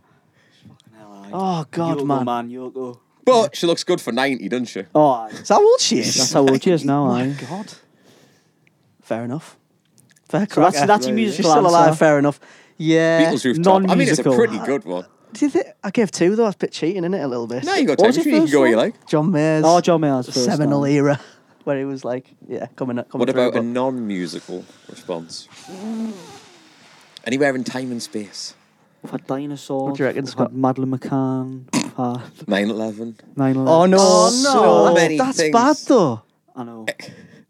Speaker 4: Oh God,
Speaker 3: Yoko,
Speaker 4: man.
Speaker 3: Yoko.
Speaker 2: but she looks good for ninety, doesn't she?
Speaker 3: Oh, aye.
Speaker 4: Is that old she is?
Speaker 3: that's how old she is now, aye.
Speaker 4: God. Fair enough.
Speaker 3: So
Speaker 4: Fair
Speaker 3: that's-
Speaker 4: cracker.
Speaker 3: that's your musical
Speaker 4: She's still alive.
Speaker 3: answer.
Speaker 4: Fair enough. Yeah.
Speaker 2: Beatles rooftop. I mean, it's a
Speaker 3: non-musical.
Speaker 2: pretty good one.
Speaker 4: Do you think I gave two though? That's a bit cheating, isn't it? A little bit.
Speaker 2: Now you got
Speaker 3: What
Speaker 2: time
Speaker 3: was your
Speaker 2: machine. You can
Speaker 3: first
Speaker 2: go where you
Speaker 3: one?
Speaker 2: like.
Speaker 4: John Mayer's
Speaker 3: Oh, John Mayer's Oh, first
Speaker 4: seminal
Speaker 3: one.
Speaker 4: era. where he was like, yeah, coming up. Coming
Speaker 2: What about
Speaker 4: through,
Speaker 2: a non-musical response? Anywhere in time and space.
Speaker 3: We've had dinosaurs.
Speaker 4: What do you reckon,
Speaker 3: we've
Speaker 4: Scott?
Speaker 3: Had Madeline McCann. We've had
Speaker 2: 9/11.
Speaker 3: nine.
Speaker 4: but- Oh no!
Speaker 2: So
Speaker 4: no,
Speaker 2: many
Speaker 4: that's
Speaker 2: things.
Speaker 4: bad though.
Speaker 3: I know.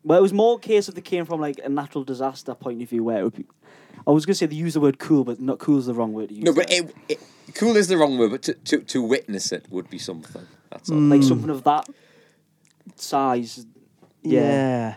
Speaker 3: Well, it was more a case of they came from like a natural disaster point of view where it would be. I was gonna say they use the word cool, but not cool is the wrong word to use.
Speaker 2: No, but
Speaker 3: there.
Speaker 2: it, it, cool is the wrong word, but to, to, to witness it would be something. That's all.
Speaker 3: like something of that size.
Speaker 4: Yeah.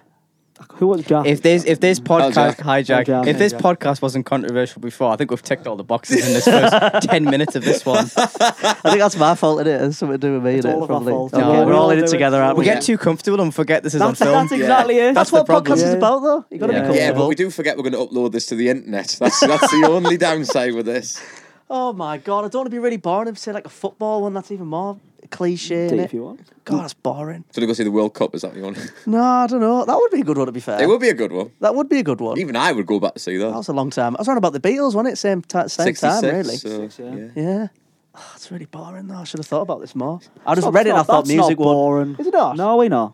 Speaker 3: Who was Jack?
Speaker 1: If this if this podcast
Speaker 2: Jack.
Speaker 3: Oh,
Speaker 1: hijack
Speaker 3: Jack.
Speaker 1: if this
Speaker 3: Hijack.
Speaker 1: podcast wasn't controversial before, I think we've ticked all the boxes in this first ten minutes of this one.
Speaker 4: I think that's my fault. It has something to do with me.
Speaker 3: It's
Speaker 4: innit,
Speaker 3: all of our
Speaker 4: probably.
Speaker 3: fault.
Speaker 4: Okay,
Speaker 1: No.
Speaker 4: we're all in it
Speaker 3: We're
Speaker 4: together,
Speaker 3: all
Speaker 4: aren't we?
Speaker 1: We
Speaker 3: doing
Speaker 1: get too comfortable and forget this is
Speaker 3: that's,
Speaker 1: on film.
Speaker 3: that's exactly it.
Speaker 4: That's,
Speaker 1: the
Speaker 4: what
Speaker 1: problem.
Speaker 4: podcast is
Speaker 3: Yeah.
Speaker 4: about, though. You got to
Speaker 1: Yeah.
Speaker 4: be
Speaker 2: Yeah,
Speaker 4: comfortable.
Speaker 2: but we do forget we're going to upload this to the internet. That's that's the only downside with this.
Speaker 4: Oh my god! I don't want to be really boring. Say like a football one. That's even more cliche.
Speaker 3: Do
Speaker 4: innit?
Speaker 3: if you want.
Speaker 4: God, that's boring.
Speaker 2: So to go see the World Cup, is that what you want?
Speaker 4: No, I don't know. That would be a good one. To be fair,
Speaker 2: It would be a good one.
Speaker 4: That would be a good one.
Speaker 2: Even I would go back to see that.
Speaker 4: That was a long time. I was around about the Beatles, wasn't it? Same, ti same
Speaker 2: 66,
Speaker 4: time, really.
Speaker 2: so,
Speaker 3: Six, yeah.
Speaker 2: yeah.
Speaker 4: Yeah. Oh, it's really boring, though. I should have thought about this more. I
Speaker 3: That's
Speaker 4: just
Speaker 3: not-
Speaker 4: read it and I
Speaker 3: that's
Speaker 4: thought
Speaker 3: not
Speaker 4: music would.
Speaker 3: boring.
Speaker 4: Is it not?
Speaker 3: No, we not.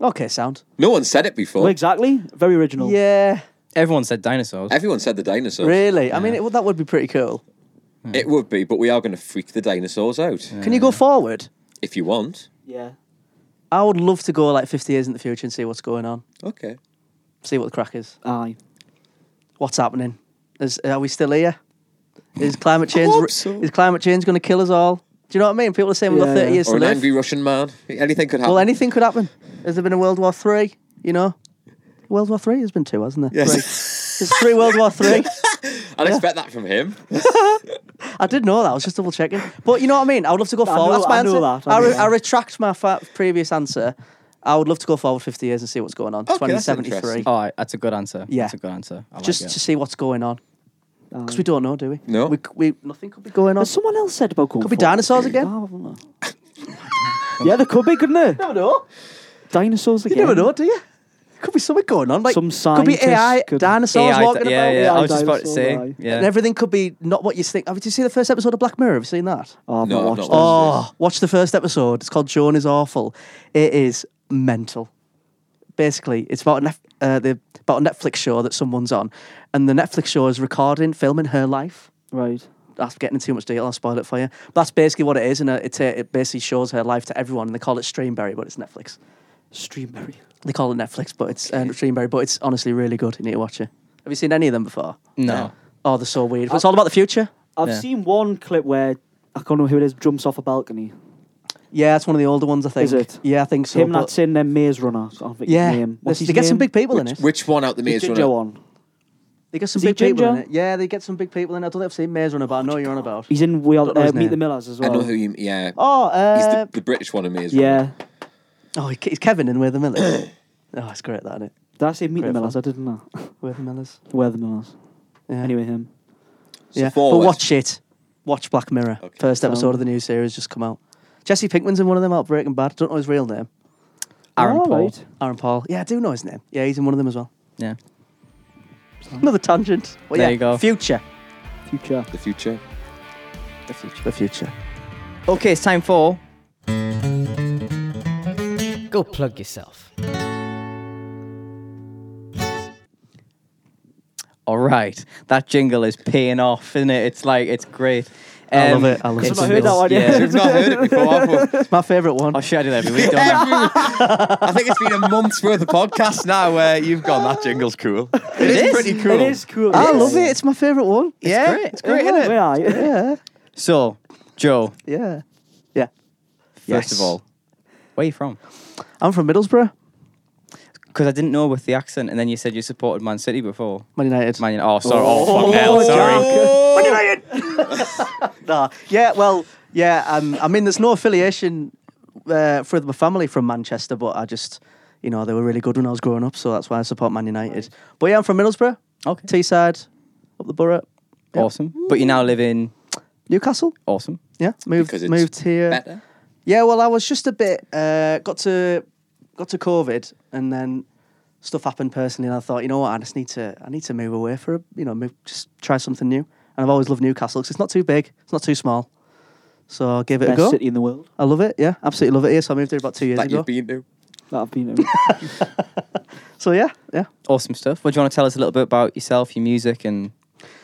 Speaker 4: Okay, sound.
Speaker 2: No one said it before.
Speaker 3: Well, exactly. Very original.
Speaker 4: Yeah.
Speaker 1: Everyone said dinosaurs.
Speaker 2: Everyone said the dinosaurs.
Speaker 4: Really? I mean, it, would- that would be pretty cool.
Speaker 2: It would be, but we are going to freak the dinosaurs out
Speaker 4: Can you go forward?
Speaker 2: if you want.
Speaker 3: Yeah.
Speaker 4: I would love to go like 50 years in the future and see what's going on,
Speaker 2: Okay.
Speaker 4: see what the crack is.
Speaker 3: Aye.
Speaker 4: What's happening? Is, are we still here? Is climate change
Speaker 2: hope so.
Speaker 4: is climate change going to kill us all? Do you know what I mean? People are saying we've got
Speaker 3: Yeah,
Speaker 4: 30
Speaker 3: yeah.
Speaker 4: years
Speaker 2: Or
Speaker 4: to
Speaker 2: an
Speaker 4: live.
Speaker 2: angry Russian man. Anything could happen.
Speaker 4: Well, anything could happen. Has there been a World War Three? You know, World War Three has been two, hasn't there? Three.
Speaker 2: Yes.
Speaker 4: There's three World War Three.
Speaker 2: I'd expect that from him.
Speaker 4: I did know that. I was just double checking. But you know what I mean. I would love to go
Speaker 3: I
Speaker 4: forward.
Speaker 3: know-
Speaker 4: That's my
Speaker 3: I know
Speaker 4: answer.
Speaker 3: that, I
Speaker 4: I,
Speaker 3: know
Speaker 4: re-
Speaker 3: that.
Speaker 4: I retract my fa- previous answer. I would love to go forward 50 years and see what's going on.
Speaker 2: Okay, that's
Speaker 4: 2073.
Speaker 1: All right, Oh, that's a good answer.
Speaker 4: Yeah.
Speaker 1: that's a good answer. I like
Speaker 4: just
Speaker 1: it.
Speaker 4: to see what's going on. Because we don't know, do we?
Speaker 2: No.
Speaker 4: We, c- we, nothing could be going on.
Speaker 3: Has someone else said about going
Speaker 4: Could be
Speaker 3: forward?
Speaker 4: dinosaurs again.
Speaker 3: Oh, haven't they? yeah, there could be, couldn't there?
Speaker 4: never know.
Speaker 3: Dinosaurs
Speaker 4: You
Speaker 3: again.
Speaker 4: never know, do you? Could be something going on. Like,
Speaker 3: Some
Speaker 4: could be
Speaker 3: scientist
Speaker 4: AI,
Speaker 3: could-
Speaker 4: dinosaurs
Speaker 1: AI,
Speaker 4: walking
Speaker 1: yeah,
Speaker 4: about.
Speaker 1: yeah,
Speaker 3: AI
Speaker 1: I was just about to
Speaker 3: dinosaurs,
Speaker 1: say.
Speaker 3: aye.
Speaker 1: Yeah.
Speaker 4: And everything could be not what you think. Have you seen the first episode of Black Mirror? Have you seen that?
Speaker 3: Oh, I've
Speaker 2: No,
Speaker 3: not
Speaker 2: I've
Speaker 3: watched
Speaker 2: not
Speaker 3: it.
Speaker 2: watched
Speaker 4: Oh, watch the first episode. It's called Joan is Awful. It is mental. Basically, it's about a, nef- uh, the, about a Netflix show that someone's on, and the Netflix show is recording, filming her life.
Speaker 3: Right.
Speaker 4: That's getting into too much detail. I'll spoil it for you. But that's basically what it is, and uh, it, uh, it basically shows her life to everyone. And they call it Streamberry, but it's Netflix.
Speaker 3: Streamberry.
Speaker 4: They call it Netflix, but it's uh, Streamberry. But it's honestly really good. You need to watch it. Have you seen any of them before?
Speaker 1: no.
Speaker 4: Oh, they're so weird.
Speaker 3: Uh,
Speaker 4: But it's all about the future.
Speaker 3: I've
Speaker 1: Yeah.
Speaker 3: seen one clip where I can't know who it is jumps off a balcony.
Speaker 4: Yeah, it's one of the older ones, I think.
Speaker 3: Is it?
Speaker 4: Yeah, I think so.
Speaker 3: Him
Speaker 4: but-
Speaker 3: that's in um, Maze Runner. I don't think
Speaker 4: yeah,
Speaker 3: his name. What's
Speaker 4: they
Speaker 3: his
Speaker 4: get some
Speaker 3: name?
Speaker 4: big people in it.
Speaker 2: Which one out the maze
Speaker 3: Ginger
Speaker 2: runner?
Speaker 3: one.
Speaker 4: They get some
Speaker 3: Is he
Speaker 4: big people in
Speaker 3: ginger?
Speaker 4: it. Yeah, they get some big people in it. I don't think I've seen Maze Runner, about. I know you're on about.
Speaker 3: He's in we All-
Speaker 4: Don't know
Speaker 3: uh,
Speaker 4: his
Speaker 3: Meet
Speaker 4: name.
Speaker 3: the Millers as
Speaker 2: I
Speaker 3: well.
Speaker 2: know who you. Yeah.
Speaker 4: Oh,
Speaker 2: He's
Speaker 4: uh,
Speaker 2: the, the British one of maze
Speaker 3: Yeah.
Speaker 2: runner.
Speaker 4: oh, he- he's Kevin in Where the Millers. oh, it's great, that isn't it?
Speaker 3: Did I say Meet
Speaker 4: Great
Speaker 3: the Millers? I didn't know.
Speaker 4: Where the Millers.
Speaker 3: Where the Millers.
Speaker 4: Yeah.
Speaker 3: Anyway, him.
Speaker 2: So
Speaker 4: yeah. But
Speaker 2: forward.
Speaker 4: watch it. Watch Black Mirror.
Speaker 2: Okay.
Speaker 4: First
Speaker 3: Sound.
Speaker 4: episode of the new series just come out. Jesse Pinkman's in one of them out Breaking Bad. Don't know his real name. Oh,
Speaker 1: Aaron
Speaker 3: All
Speaker 1: Paul.
Speaker 3: oh, right.
Speaker 4: Aaron Paul. Yeah, I do know his name. Yeah, he's in one of them as well.
Speaker 1: Yeah.
Speaker 4: Another tangent. Well,
Speaker 1: There
Speaker 4: yeah,
Speaker 1: you go.
Speaker 4: Future.
Speaker 3: Future.
Speaker 2: The future.
Speaker 4: The future. The future.
Speaker 1: Okay, it's time for
Speaker 5: Go plug yourself.
Speaker 1: All right, that jingle is paying off, isn't it? It's like it's great. Um,
Speaker 4: I love it, I love it.
Speaker 1: it's-
Speaker 4: I've not heard that
Speaker 1: it's-
Speaker 3: one
Speaker 1: yeah.
Speaker 3: yet.
Speaker 2: You've not heard it before. have we?
Speaker 4: It's my favourite one.
Speaker 1: Oh, shit, I do that every week, don't I?
Speaker 2: I think it's been a month's worth of podcasts now where you've gone. That jingle's cool. it is,
Speaker 1: is.
Speaker 2: pretty cool.
Speaker 3: It is cool.
Speaker 4: I love it. It's my favourite one.
Speaker 1: yeah, it's great, isn't it?
Speaker 3: Yeah, yeah.
Speaker 4: Yeah.
Speaker 1: So, Joe,
Speaker 4: Yeah. Yeah.
Speaker 1: first of all, where are you from?
Speaker 4: I'm from Middlesbrough,
Speaker 1: Because I didn't know with the accent, and then you said you supported Man City before.
Speaker 4: Man United.
Speaker 1: Man, oh, sorry, oh, fuck hell, sorry.
Speaker 2: Oh,
Speaker 4: Nah. Yeah, well, yeah, um, I mean, there's no affiliation uh, for my family from Manchester, but I just, you know, they were really good when I was growing up, so that's why I support Man United. But yeah, I'm from Middlesbrough,
Speaker 1: Okay,
Speaker 4: Teesside, up the borough, Yep.
Speaker 1: awesome. But you now live in
Speaker 4: Newcastle.
Speaker 1: awesome.
Speaker 4: Yeah, moved
Speaker 2: Because it's
Speaker 4: moved here.
Speaker 2: better.
Speaker 4: Yeah, well, I was just a bit uh, got to got to COVID, and then stuff happened personally, and I thought, you know what, I just need to I need to move away for a, you know move, just try something new. And I've always loved Newcastle because it's not too big, it's not too small, so I gave it a
Speaker 3: Best
Speaker 4: go.
Speaker 3: city in the world.
Speaker 4: I love it. Yeah, absolutely love it here. So I moved here about two years
Speaker 2: That
Speaker 4: ago.
Speaker 2: you've been to.
Speaker 3: that I've been in.
Speaker 4: So yeah, yeah.
Speaker 1: Awesome stuff. What do you want to tell us a little bit about yourself, your music, and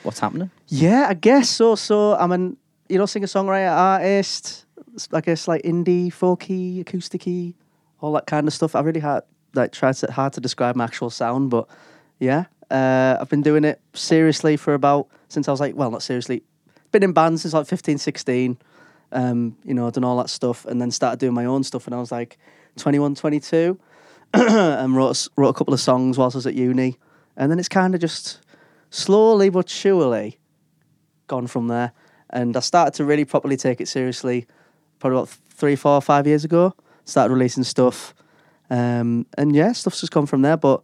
Speaker 1: what's happening?
Speaker 4: Yeah, I guess so. So I'm an you know singer songwriter artist. s- I guess like indie, folky, acousticy, all that kind of stuff. I really hard like try to hard to describe my actual sound, but yeah, uh, I've been doing it seriously for about since I was like well, not seriously, been in bands since like 15, 16. Um, you know, done all that stuff, and then started doing my own stuff when I was like 21, 22 and wrote a s- wrote a couple of songs whilst I was at uni, and then it's kind of just slowly but surely gone from there. And I started to really properly take it seriously, probably about th- three, four, five years ago. Started releasing stuff, um, and yeah, stuff's just come from there. But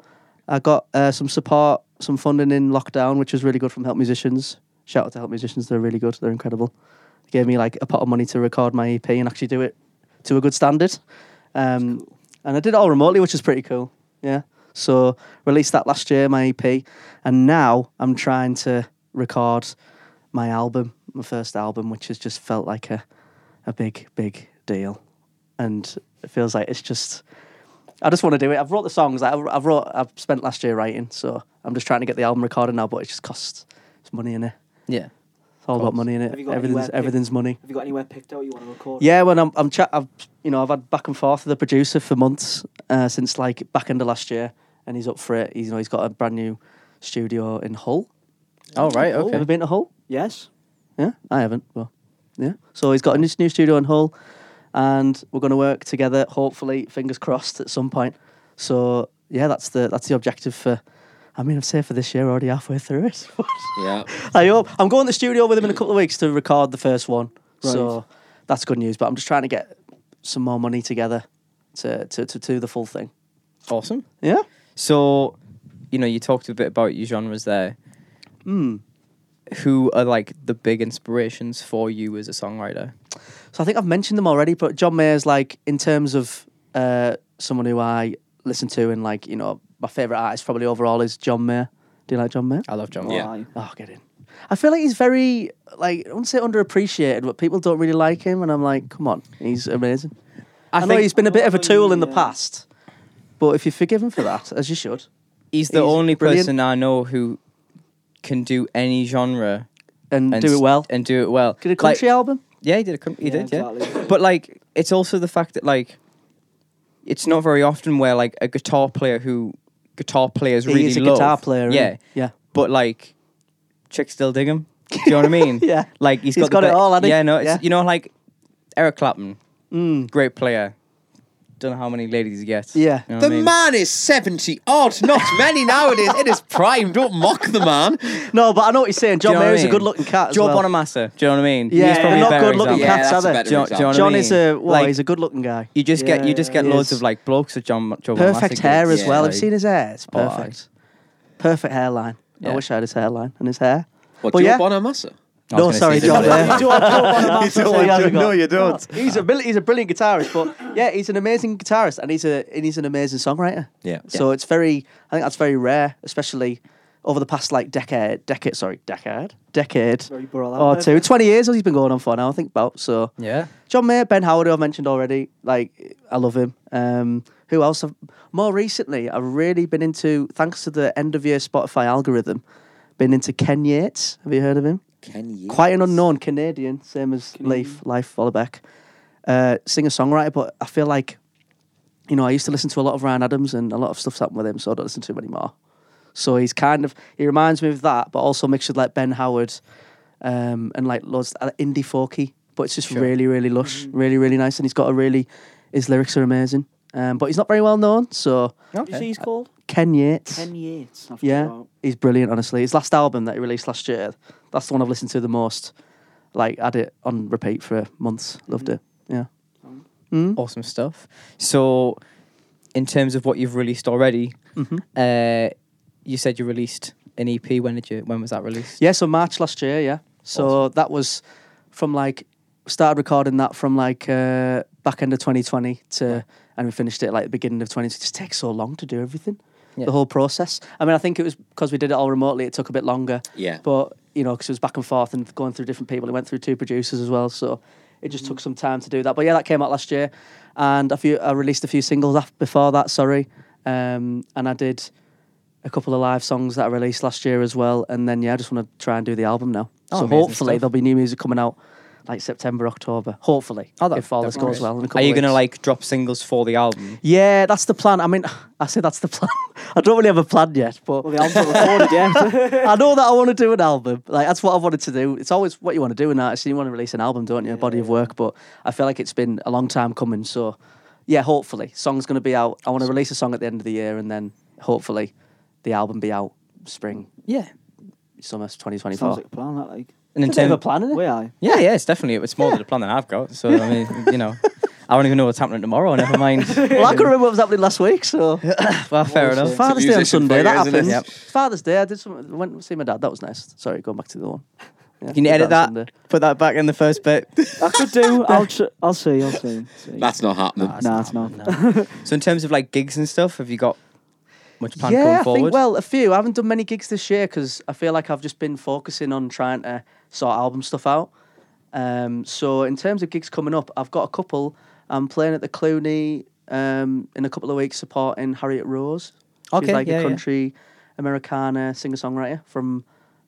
Speaker 4: I got uh, some support, some funding in lockdown, which was really good from Help Musicians. Shout out to Help Musicians; they're really good. They're incredible. They gave me like a pot of money to record my EP and actually do it to a good standard. Um, and I did it all remotely, which is pretty cool. Yeah. So released that last year, my EP, and now I'm trying to record my album, my first album, which has just felt like a, a big, big deal, and it feels like it's just. I just want to do it. I've wrote the songs. Like, I've, I've wrote. I've spent last year writing, so I'm just trying to get the album recorded now. But it just costs. It's money in it.
Speaker 1: Yeah.
Speaker 4: It's all about money in it.
Speaker 3: Have you got any
Speaker 4: Everything's
Speaker 3: web pic-
Speaker 4: everything's money.
Speaker 3: Have you got anywhere picked out you want to record?
Speaker 4: Yeah, when I'm, I'm chat, I've, you know, I've had back and forth with the producer for months uh, since like back end of last year, and he's up for it. He's, you know, he's got a brand new studio in Hull.
Speaker 1: Oh right.
Speaker 4: Have you
Speaker 1: Okay.
Speaker 4: Ever been to Hull?
Speaker 3: Yes.
Speaker 4: Yeah, I haven't. Well, yeah. So he's got a new, new studio in Hull, and we're going to work together. Hopefully, fingers crossed at some point. So yeah, that's the that's the objective for. I mean, I'd say for this year, we're already halfway through it.
Speaker 2: Yeah.
Speaker 4: I hope I'm going to the studio with him in a couple of weeks to record the first one.
Speaker 3: Right.
Speaker 4: So that's good news. But I'm just trying to get some more money together to to to do the full thing.
Speaker 1: Awesome.
Speaker 4: Yeah.
Speaker 1: So, you know, you talked a bit about your genres there. Hmm. Who are like the big inspirations for you as a songwriter?
Speaker 4: So I think I've mentioned them already, but John Mayer's like in terms of uh, someone who I listen to and like you know my favorite artist probably overall is John Mayer. Do you like John Mayer?
Speaker 1: I love John.
Speaker 3: Or
Speaker 1: Mayer.
Speaker 3: I-
Speaker 4: Oh, get in. I feel like he's very like I wouldn't say underappreciated, but people don't really like him, and I'm like, come on, he's amazing. I, Oh, know
Speaker 1: think-
Speaker 4: he's been a bit of a tool in the
Speaker 3: Yeah.
Speaker 4: past, but if you forgive him for that, as you should,
Speaker 1: He's the
Speaker 4: He's
Speaker 1: only
Speaker 4: brilliant.
Speaker 1: person I know who can do any genre
Speaker 4: and, do
Speaker 1: s-
Speaker 4: it well,
Speaker 1: and do it well.
Speaker 4: get a
Speaker 1: Like,
Speaker 4: country album.
Speaker 1: yeah, he did. A com- he
Speaker 3: Yeah,
Speaker 1: did. Yeah.
Speaker 3: exactly.
Speaker 1: But like, it's also the fact that like, it's not very often where like a guitar player who guitar players really
Speaker 4: he is a
Speaker 1: love.
Speaker 4: guitar
Speaker 1: Yeah.
Speaker 4: player. isn't he? yeah,
Speaker 1: But like, chicks still dig him. Do you know what I mean?
Speaker 4: yeah.
Speaker 1: Like he's
Speaker 4: He's
Speaker 1: got, the
Speaker 4: got it
Speaker 1: be-
Speaker 4: all, hasn't he?
Speaker 1: Yeah, no, it's,
Speaker 4: Yeah. Hmm.
Speaker 1: you know, like Eric Clapton, great player. Don't know how many ladies he gets.
Speaker 4: Yeah.
Speaker 1: You know what
Speaker 2: The
Speaker 1: I mean?
Speaker 2: man is 70 odd, not many nowadays. It is prime. Don't mock the man.
Speaker 4: No, but I know what you're saying.
Speaker 1: Do you
Speaker 4: John
Speaker 1: know what
Speaker 4: Mayer
Speaker 1: I
Speaker 4: is a
Speaker 1: mean?
Speaker 4: good-looking cat. As
Speaker 1: Joe
Speaker 4: well.
Speaker 1: Bonamassa. Do you know what I mean?
Speaker 4: Yeah,
Speaker 1: He's probably
Speaker 4: not
Speaker 1: a better
Speaker 4: good-looking
Speaker 1: example.
Speaker 4: cats, are
Speaker 2: that's a
Speaker 4: they?
Speaker 2: better
Speaker 1: Do you- do you
Speaker 2: example.
Speaker 1: know what I
Speaker 4: John
Speaker 1: mean?
Speaker 4: is a uh, well,
Speaker 1: Like-
Speaker 4: he's a good-looking guy.
Speaker 1: You just get you just
Speaker 4: Yeah,
Speaker 1: get
Speaker 4: he
Speaker 1: loads
Speaker 4: is.
Speaker 1: of like blokes at John Joe Bonamassa.
Speaker 4: Perfect hair
Speaker 1: gets.
Speaker 4: as well.
Speaker 2: Yeah,
Speaker 4: I've
Speaker 1: like-
Speaker 4: seen his hair. It's
Speaker 1: Oh, I-
Speaker 4: perfect. Perfect hairline.
Speaker 1: Yeah.
Speaker 4: I wish I had his hairline and his hair.
Speaker 2: What,
Speaker 4: Well,
Speaker 2: Joe
Speaker 4: yeah.
Speaker 2: Bonamassa?
Speaker 1: I
Speaker 4: No,
Speaker 1: was gonna
Speaker 4: sorry,
Speaker 1: say-
Speaker 4: John Mayer.
Speaker 2: You don't want to- no, you don't.
Speaker 4: He's a brill- he's a brilliant guitarist, but yeah, he's an amazing guitarist and he's a and he's an amazing songwriter.
Speaker 2: Yeah.
Speaker 4: So it's very I think that's very rare, especially over the past like decade decade sorry, decade. Decade.
Speaker 3: Very broad out
Speaker 4: Or
Speaker 3: there.
Speaker 4: two. Twenty years he's been going on for now, I think about so
Speaker 1: Yeah.
Speaker 4: John Mayer, Ben Howard, who I've mentioned already. Like, I love him. Um, who else? Have, more recently, I've really been into, thanks to the end of year Spotify algorithm, been into Ken Yates. Have you heard of him?
Speaker 2: Ken Yates.
Speaker 4: Quite an unknown Canadian, same as Leif, Leif Vollebeck. Uh, singer songwriter, but I feel like, you know, I used to listen to a lot of Ryan Adams and a lot of stuff's happened with him, so I don't listen to him anymore. So he's kind of, he reminds me of that, but also mixed with like Ben Howard um, and like loads uh, indie folky, but it's just really, really lush, really, really nice. And he's got a really, his lyrics are amazing, um, but he's not very well known. So
Speaker 3: You see, he's called
Speaker 4: Ken Yates,
Speaker 3: Ken Yates. I've
Speaker 4: yeah,
Speaker 3: checked out.
Speaker 4: he's brilliant. Honestly, his last album that he released last year, that's the one I've listened to the most. Like, had it on repeat for months. Loved it. Yeah. Mm.
Speaker 1: Awesome stuff. So, in terms of what you've released already,
Speaker 4: Mm-hmm.
Speaker 1: uh, you said you released an EP. When did you? When was that released?
Speaker 4: Yeah, so March last year, yeah. So that was from like started recording that from like uh, back end of 2020 to and we finished it like the beginning of 2020. It just takes so long to do everything.
Speaker 1: Yeah.
Speaker 4: The whole process. I mean, I think it was because we did it all remotely. It took a bit longer.
Speaker 2: Yeah.
Speaker 4: But you know, because it was back and forth and going through different people, it went through two producers as well. So It just
Speaker 1: Mm.
Speaker 4: took some time to do that. But yeah, that came out last year, and a few I released a few singles af before that. Sorry, um, and I did a couple of live songs that I released last year as well. And then yeah, I just want to try and do the album now.
Speaker 1: Oh,
Speaker 4: so
Speaker 1: amazing
Speaker 4: hopefully
Speaker 1: stuff.
Speaker 4: there'll be new music coming out like September, October. Hopefully,
Speaker 1: Oh, that-
Speaker 4: if all
Speaker 1: that
Speaker 4: this
Speaker 1: would be
Speaker 4: goes
Speaker 1: great.
Speaker 4: well. in a couple
Speaker 1: Are you
Speaker 4: of
Speaker 1: gonna
Speaker 4: weeks.
Speaker 1: like drop singles for the album?
Speaker 4: Yeah, that's the plan. I mean, I say that's the plan. I don't really have a plan yet, but
Speaker 3: Well, the album's not recorded yet.
Speaker 4: I know that I want to do an album. Like that's what I wanted to do. It's always what you want to do in artist. You want to release an album, don't you? A body of work. But I feel like it's been a long time coming. So yeah, hopefully, song's going to be out. I want to release a song at the end of the year, and then hopefully, the album be out spring,
Speaker 1: Yeah.
Speaker 4: summer,
Speaker 3: Sounds
Speaker 4: 2024.
Speaker 3: like a plan, that, like.
Speaker 1: And in
Speaker 4: It's a bit of
Speaker 1: term-
Speaker 4: a plan, isn't it?
Speaker 3: Way I.
Speaker 1: Yeah, yeah, it's definitely it's more than a plan than I've got. So I mean, you know, I don't even know what's happening tomorrow. Never mind.
Speaker 4: Well, I can remember what was happening last week. So
Speaker 1: well, fair enough.
Speaker 4: Father's Day on
Speaker 2: musician for
Speaker 4: Sunday.
Speaker 2: you,
Speaker 4: That
Speaker 2: isn't it?
Speaker 1: Yep.
Speaker 4: happened. Father's Day. I did some. Went to see my dad. That was nice. Sorry, going back to the one. Yeah,
Speaker 1: Can you
Speaker 4: did
Speaker 1: edit
Speaker 4: on
Speaker 1: that?
Speaker 4: Sunday.
Speaker 1: Put that back in the first bit.
Speaker 3: I could do. I'll, tr- I'll see. I'll see. see.
Speaker 2: That's not happening.
Speaker 3: nah, it's not.
Speaker 1: so in terms of like gigs and stuff, have you got much plan
Speaker 4: yeah,
Speaker 1: going
Speaker 4: I
Speaker 1: forward?
Speaker 4: think well, a few. I haven't done many gigs this year because I feel like I've just been focusing on trying to sort album stuff out. Um, so in terms of gigs coming up, I've got a couple. I'm playing at the Clooney um, in a couple of weeks, supporting Harriet Rose. She's
Speaker 1: Okay,
Speaker 4: like
Speaker 1: yeah,
Speaker 4: a
Speaker 1: yeah.
Speaker 4: country Americana singer songwriter from.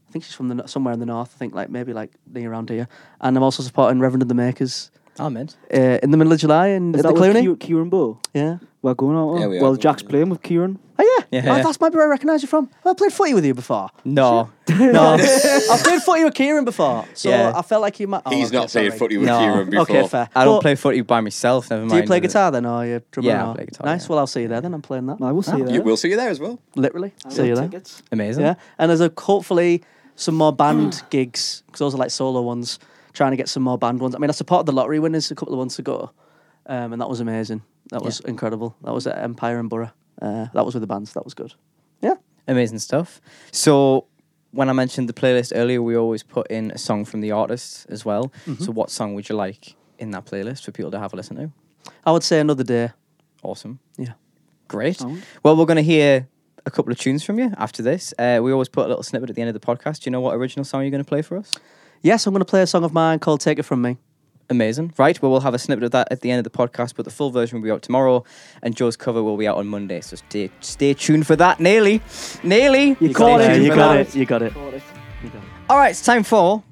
Speaker 4: I think she's from the no- somewhere in the north. I think like maybe like near around here. And I'm also supporting Reverend of the Makers
Speaker 1: I'm in.
Speaker 4: uh, in the middle of July in
Speaker 3: Is
Speaker 4: at the
Speaker 3: that with
Speaker 4: Clooney.
Speaker 3: Kieran, Kieran Bow?
Speaker 4: Yeah.
Speaker 3: We're going out.
Speaker 2: Yeah,
Speaker 3: huh?
Speaker 2: we are
Speaker 3: well,
Speaker 2: going,
Speaker 3: Jack's
Speaker 2: yeah.
Speaker 3: playing with Kieran.
Speaker 4: Oh yeah,
Speaker 1: Yeah.
Speaker 4: Oh, that's maybe where I recognise you from. I played footy with you before.
Speaker 1: No, no,
Speaker 4: I've played footy with Kieran before, so
Speaker 1: Yeah.
Speaker 4: I felt like you might. Oh,
Speaker 2: He's
Speaker 4: okay,
Speaker 2: not playing
Speaker 4: sorry.
Speaker 2: footy with
Speaker 1: No.
Speaker 2: Kieran before.
Speaker 4: Okay, fair.
Speaker 1: I don't
Speaker 4: But
Speaker 1: play footy by myself. Never mind.
Speaker 4: Do you play
Speaker 1: is it?
Speaker 4: guitar then, or are you a drummer?
Speaker 1: Yeah, I
Speaker 4: or-
Speaker 1: play guitar,
Speaker 4: Nice.
Speaker 1: yeah.
Speaker 4: Well, I'll see you there. Then I'm playing that.
Speaker 3: I will see you there.
Speaker 2: You, we'll see you there as well.
Speaker 4: Literally,
Speaker 3: I
Speaker 4: see you
Speaker 3: will
Speaker 4: there.
Speaker 3: tickets.
Speaker 1: Amazing.
Speaker 4: Yeah, and there's a hopefully some more band gigs because those are like solo ones. Trying to get some more band ones. I mean, I supported the lottery winners a couple of months ago, um, and that was amazing. That was incredible. That was at Empire and Borough. Uh, that was with the bands. That was good. Yeah.
Speaker 1: Amazing stuff. So when I mentioned the playlist earlier, we always put in a song from the artist as well.
Speaker 4: Mm-hmm.
Speaker 1: So what song would you like in that playlist for people to have a listen to?
Speaker 4: I would say another day.
Speaker 1: Awesome.
Speaker 4: Yeah.
Speaker 1: Great.
Speaker 3: Sound.
Speaker 1: Well, we're going to hear a couple of tunes from you after this. Uh, we always put a little snippet at the end of the podcast. Do you know what original song you're going to play for us?
Speaker 4: Yes, I'm going to play a song of mine called "Take It From Me."
Speaker 1: Amazing. Right. Well, we'll have a snippet of that at the end of the podcast, but the full version will be out tomorrow, and Joe's cover will be out on Monday. So stay stay tuned for that. Nearly, nearly.
Speaker 3: You
Speaker 1: Stay
Speaker 3: caught it.
Speaker 1: tuned
Speaker 3: You
Speaker 1: for
Speaker 3: caught
Speaker 1: that.
Speaker 4: You got it.
Speaker 1: All right. It's time for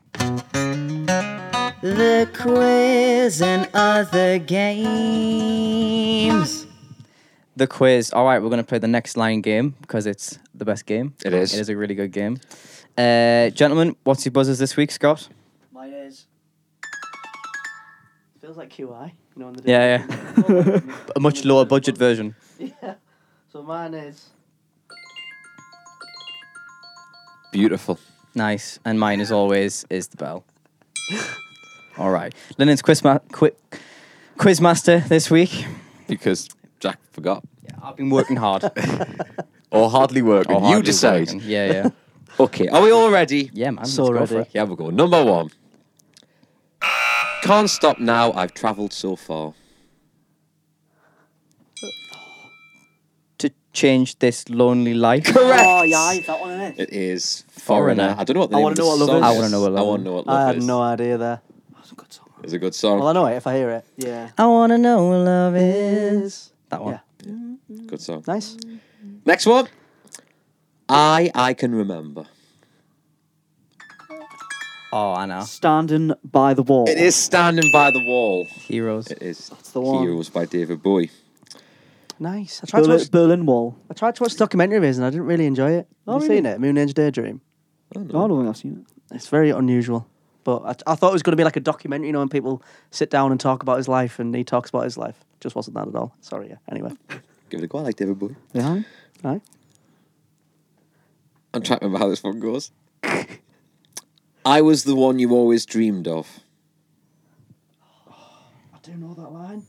Speaker 6: The quiz and other games.
Speaker 1: the quiz. All right, we're going to play the next line game because it's the best game.
Speaker 2: It is.
Speaker 1: It is a really good game. Uh, gentlemen, what's your buzzers this week, Scott?
Speaker 4: Mine is. Feels like QI. You know, on the
Speaker 1: Yeah, yeah. a much lower budget version.
Speaker 4: yeah. So mine is.
Speaker 2: Beautiful.
Speaker 1: Nice. And mine, as always, is the bell. All right. Lennon's quiz, ma- qui- quiz master this week.
Speaker 2: Because Jack forgot.
Speaker 1: I've been working hard.
Speaker 2: Or hardly working.
Speaker 1: Or
Speaker 2: you
Speaker 1: hardly
Speaker 2: decide.
Speaker 1: working. Yeah, yeah.
Speaker 2: Okay. Are we all ready?
Speaker 1: Yeah, man.
Speaker 4: So
Speaker 1: let's go
Speaker 4: ready.
Speaker 1: for it.
Speaker 2: Yeah, we'll go. Number one. Can't stop now. I've travelled so far.
Speaker 1: To change this lonely life.
Speaker 2: Correct.
Speaker 3: Oh, yeah, it's that one, isn't it?
Speaker 2: It is
Speaker 1: Foreigner.
Speaker 2: Foreigner. I don't know what the
Speaker 3: I
Speaker 2: name
Speaker 3: wanna
Speaker 2: of the
Speaker 3: know what love
Speaker 2: song
Speaker 3: is.
Speaker 1: I wanna know what love
Speaker 2: I want
Speaker 1: is.
Speaker 2: to know what love
Speaker 4: I had
Speaker 2: is.
Speaker 4: no idea there.
Speaker 3: That's a good song.
Speaker 2: It's a good song.
Speaker 4: Well, I know it if I hear it.
Speaker 3: Yeah.
Speaker 1: I want to know what love is. That one.
Speaker 4: Yeah.
Speaker 2: Good song.
Speaker 4: Nice.
Speaker 2: Next one. I I can remember.
Speaker 1: Oh, I know.
Speaker 3: Standing by the wall.
Speaker 2: It is standing by the wall.
Speaker 1: Heroes.
Speaker 2: It is That's
Speaker 3: the one.
Speaker 2: Heroes by David Bowie.
Speaker 4: Nice. I tried, to
Speaker 3: Berlin,
Speaker 4: watch,
Speaker 3: Berlin Wall.
Speaker 4: I tried to watch the documentary of his and I didn't really enjoy it. Have
Speaker 3: Oh,
Speaker 4: you
Speaker 3: really?
Speaker 4: seen it? Moon Age Daydream.
Speaker 3: No, I don't think I've seen it.
Speaker 4: It's very unusual. But I, I thought it was going to be like a documentary, you know, when people sit down and talk about his life and he talks about his life. Just wasn't that at all. Sorry, yeah. Anyway.
Speaker 2: Give it a go. I like David Bowie.
Speaker 3: Yeah.
Speaker 4: Right.
Speaker 2: I'm trying to remember how this one goes. I was the one you always dreamed of.
Speaker 4: I do know that line.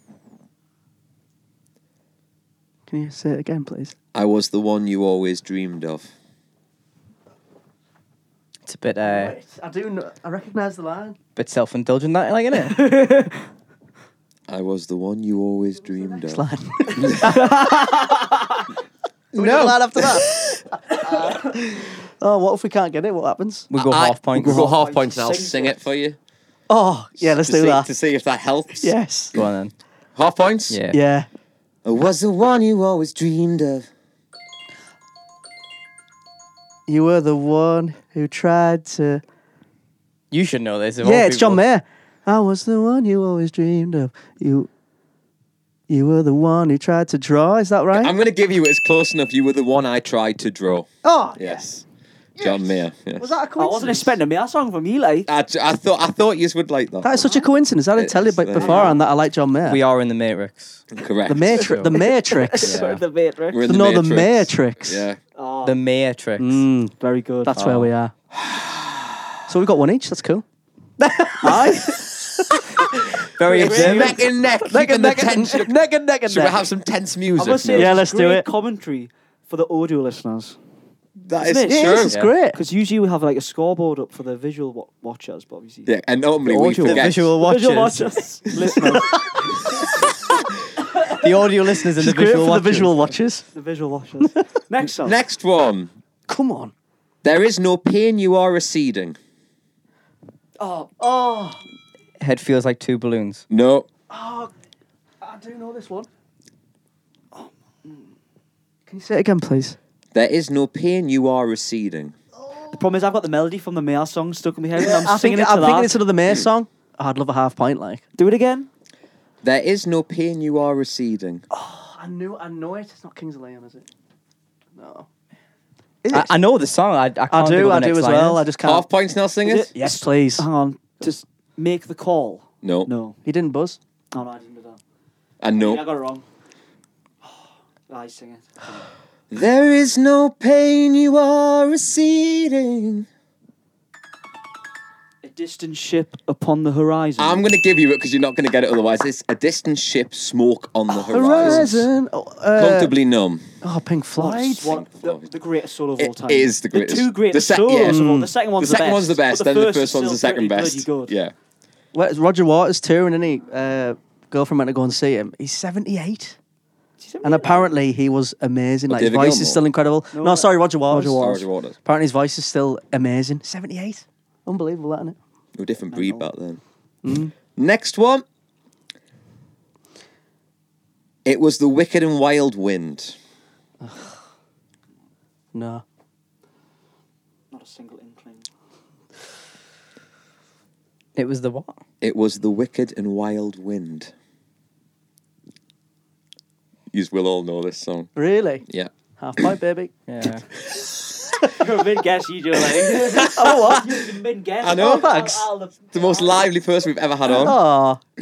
Speaker 4: Can you say it again, please?
Speaker 2: I was the one you always dreamed of.
Speaker 1: It's a bit, uh,
Speaker 4: I do. Know, I recognise the line.
Speaker 1: bit self-indulgent, that like, isn't it?
Speaker 2: I was the one you always dreamed of.
Speaker 4: Line.
Speaker 2: No.
Speaker 4: line after that. oh, what if we can't get it? What happens?
Speaker 1: We go
Speaker 2: I-
Speaker 1: half points.
Speaker 2: We'll go half points and I'll
Speaker 3: Sing
Speaker 2: sing it for you.
Speaker 4: Oh, yeah, let's
Speaker 2: to
Speaker 4: do
Speaker 2: see,
Speaker 4: that.
Speaker 2: to see if that helps.
Speaker 4: Yes.
Speaker 1: Go on then.
Speaker 2: Half points.
Speaker 1: Yeah.
Speaker 4: Yeah.
Speaker 2: I was the one you always dreamed of.
Speaker 4: You were the one who tried to.
Speaker 1: You should know this. of all
Speaker 4: yeah, it's John
Speaker 1: people.
Speaker 4: Mayer. I was the one you always dreamed of. You. You were the one who tried to draw. Is that right?
Speaker 2: I'm going to give you it's close enough. You were the one I tried to draw.
Speaker 4: oh,
Speaker 2: Yes. John Mayer. Yes.
Speaker 4: was that a
Speaker 3: I
Speaker 4: coincidence?
Speaker 3: wasn't expecting me that song from you, like.
Speaker 2: I, I thought I thought you would like that.
Speaker 4: That is such a coincidence. I didn't tell you
Speaker 2: It's,
Speaker 4: about
Speaker 2: uh,
Speaker 4: beforehand that I like John Mayer.
Speaker 1: We are in the Matrix.
Speaker 2: correct.
Speaker 4: the Matrix. the Matrix.
Speaker 1: Yeah.
Speaker 3: the Matrix.
Speaker 2: We're in
Speaker 4: no, the Matrix.
Speaker 2: Yeah.
Speaker 3: Oh,
Speaker 1: The Matrix.
Speaker 4: Mm,
Speaker 3: very good.
Speaker 4: that's where we are. So we've got one each. That's cool. Aye.
Speaker 1: Very observant.
Speaker 2: Neck and neck. Neck and neck. Tension.
Speaker 4: neck and neck and
Speaker 2: Should we
Speaker 4: neck.
Speaker 2: have some tense
Speaker 3: I
Speaker 2: music?
Speaker 3: must say,
Speaker 2: now?
Speaker 4: Yeah,
Speaker 3: it's
Speaker 4: let's do
Speaker 3: great
Speaker 4: it.
Speaker 3: Commentary for the audio listeners.
Speaker 2: that is
Speaker 3: isn't it?
Speaker 4: Yes,
Speaker 2: true.
Speaker 4: it's
Speaker 1: Yeah.
Speaker 4: great.
Speaker 3: Because usually we have like a scoreboard up for the visual wa- watchers, but obviously.
Speaker 2: Yeah, and normally we
Speaker 1: The
Speaker 2: forget.
Speaker 1: visual
Speaker 3: The
Speaker 1: watchers.
Speaker 3: Visual watchers. listeners.
Speaker 1: The audio listeners and
Speaker 4: It's
Speaker 1: the
Speaker 4: great
Speaker 1: visual
Speaker 4: for the
Speaker 1: watchers.
Speaker 4: visual watchers.
Speaker 3: The visual watchers. Next song.
Speaker 2: Next one.
Speaker 4: Come on.
Speaker 2: There is no pain you are receding.
Speaker 1: Head feels like two balloons.
Speaker 2: No.
Speaker 4: I do know this one. Can you say it again, please?
Speaker 2: There is no pain you are receding.
Speaker 3: The problem is I've got the melody from the Mayor song stuck in my head, and I'm
Speaker 4: I
Speaker 3: singing
Speaker 4: think,
Speaker 3: it to
Speaker 4: I'm thinking
Speaker 3: that.
Speaker 4: it's another Mayer song. Oh, I'd love a half pint, like.
Speaker 3: Do it again.
Speaker 2: There is no pain you are receding.
Speaker 3: Uh,
Speaker 4: I knew, I know it. It's not Kings of Leon, is it? No.
Speaker 1: I, I know the song. I, I, can't
Speaker 4: I
Speaker 1: think of
Speaker 4: do,
Speaker 1: the
Speaker 4: I do
Speaker 1: next
Speaker 4: as
Speaker 1: line
Speaker 4: well.
Speaker 1: is.
Speaker 4: I just can't.
Speaker 2: Half points now, singers?
Speaker 3: Is it?
Speaker 4: yes, please.
Speaker 3: Hang on. Just make the call.
Speaker 2: No.
Speaker 3: No.
Speaker 4: He didn't buzz.
Speaker 3: Oh, no, I didn't do that.
Speaker 2: And
Speaker 3: Yeah, I
Speaker 2: no.
Speaker 3: got it wrong. I sing it.
Speaker 2: There is no pain you are receding.
Speaker 3: A distant ship upon the horizon.
Speaker 2: I'm going to give you it because you're not going to get it otherwise. It's a distant ship smoke on the horizon.
Speaker 4: Horizon. Oh, uh,
Speaker 2: Comfortably numb.
Speaker 4: oh, Pink Floyd.
Speaker 3: What- what- the, the greatest solo of all
Speaker 2: It
Speaker 3: time.
Speaker 2: is the greatest.
Speaker 3: The two greatest
Speaker 2: The sec-
Speaker 3: solos
Speaker 2: yeah. Mm.
Speaker 3: of all. The second
Speaker 2: The
Speaker 3: one's the,
Speaker 2: second
Speaker 3: best.
Speaker 2: one's the best,
Speaker 3: but
Speaker 2: then the
Speaker 3: is
Speaker 2: first one's the
Speaker 3: still
Speaker 2: second
Speaker 3: pretty
Speaker 2: best.
Speaker 3: bloody good.
Speaker 2: Yeah.
Speaker 4: Well, it's Roger Waters touring, and he uh, girlfriend went to go and see him. He's seventy-eight, and apparently he was amazing. Like his
Speaker 2: David
Speaker 4: voice
Speaker 2: Gilmour?
Speaker 4: is still incredible. No,
Speaker 3: no.
Speaker 4: sorry, Roger Waters.
Speaker 3: Roger
Speaker 2: Waters. Roger Waters.
Speaker 4: Apparently his voice is still amazing. Seventy-eight, unbelievable, isn't it?
Speaker 2: They were a different breed back then.
Speaker 4: Hmm?
Speaker 2: Next one. It was the wicked and wild wind.
Speaker 4: No,
Speaker 3: Not a single inkling.
Speaker 1: It was the what?
Speaker 2: It was the wicked and wild wind. You will all know this song.
Speaker 4: really,
Speaker 2: Yeah.
Speaker 4: half pipe, baby.
Speaker 1: Yeah.
Speaker 3: You're a mid guess, you do like. oh, what? You're a mid guess. Oh,
Speaker 2: I know.
Speaker 4: Thanks.
Speaker 2: The most lively person we've ever had on.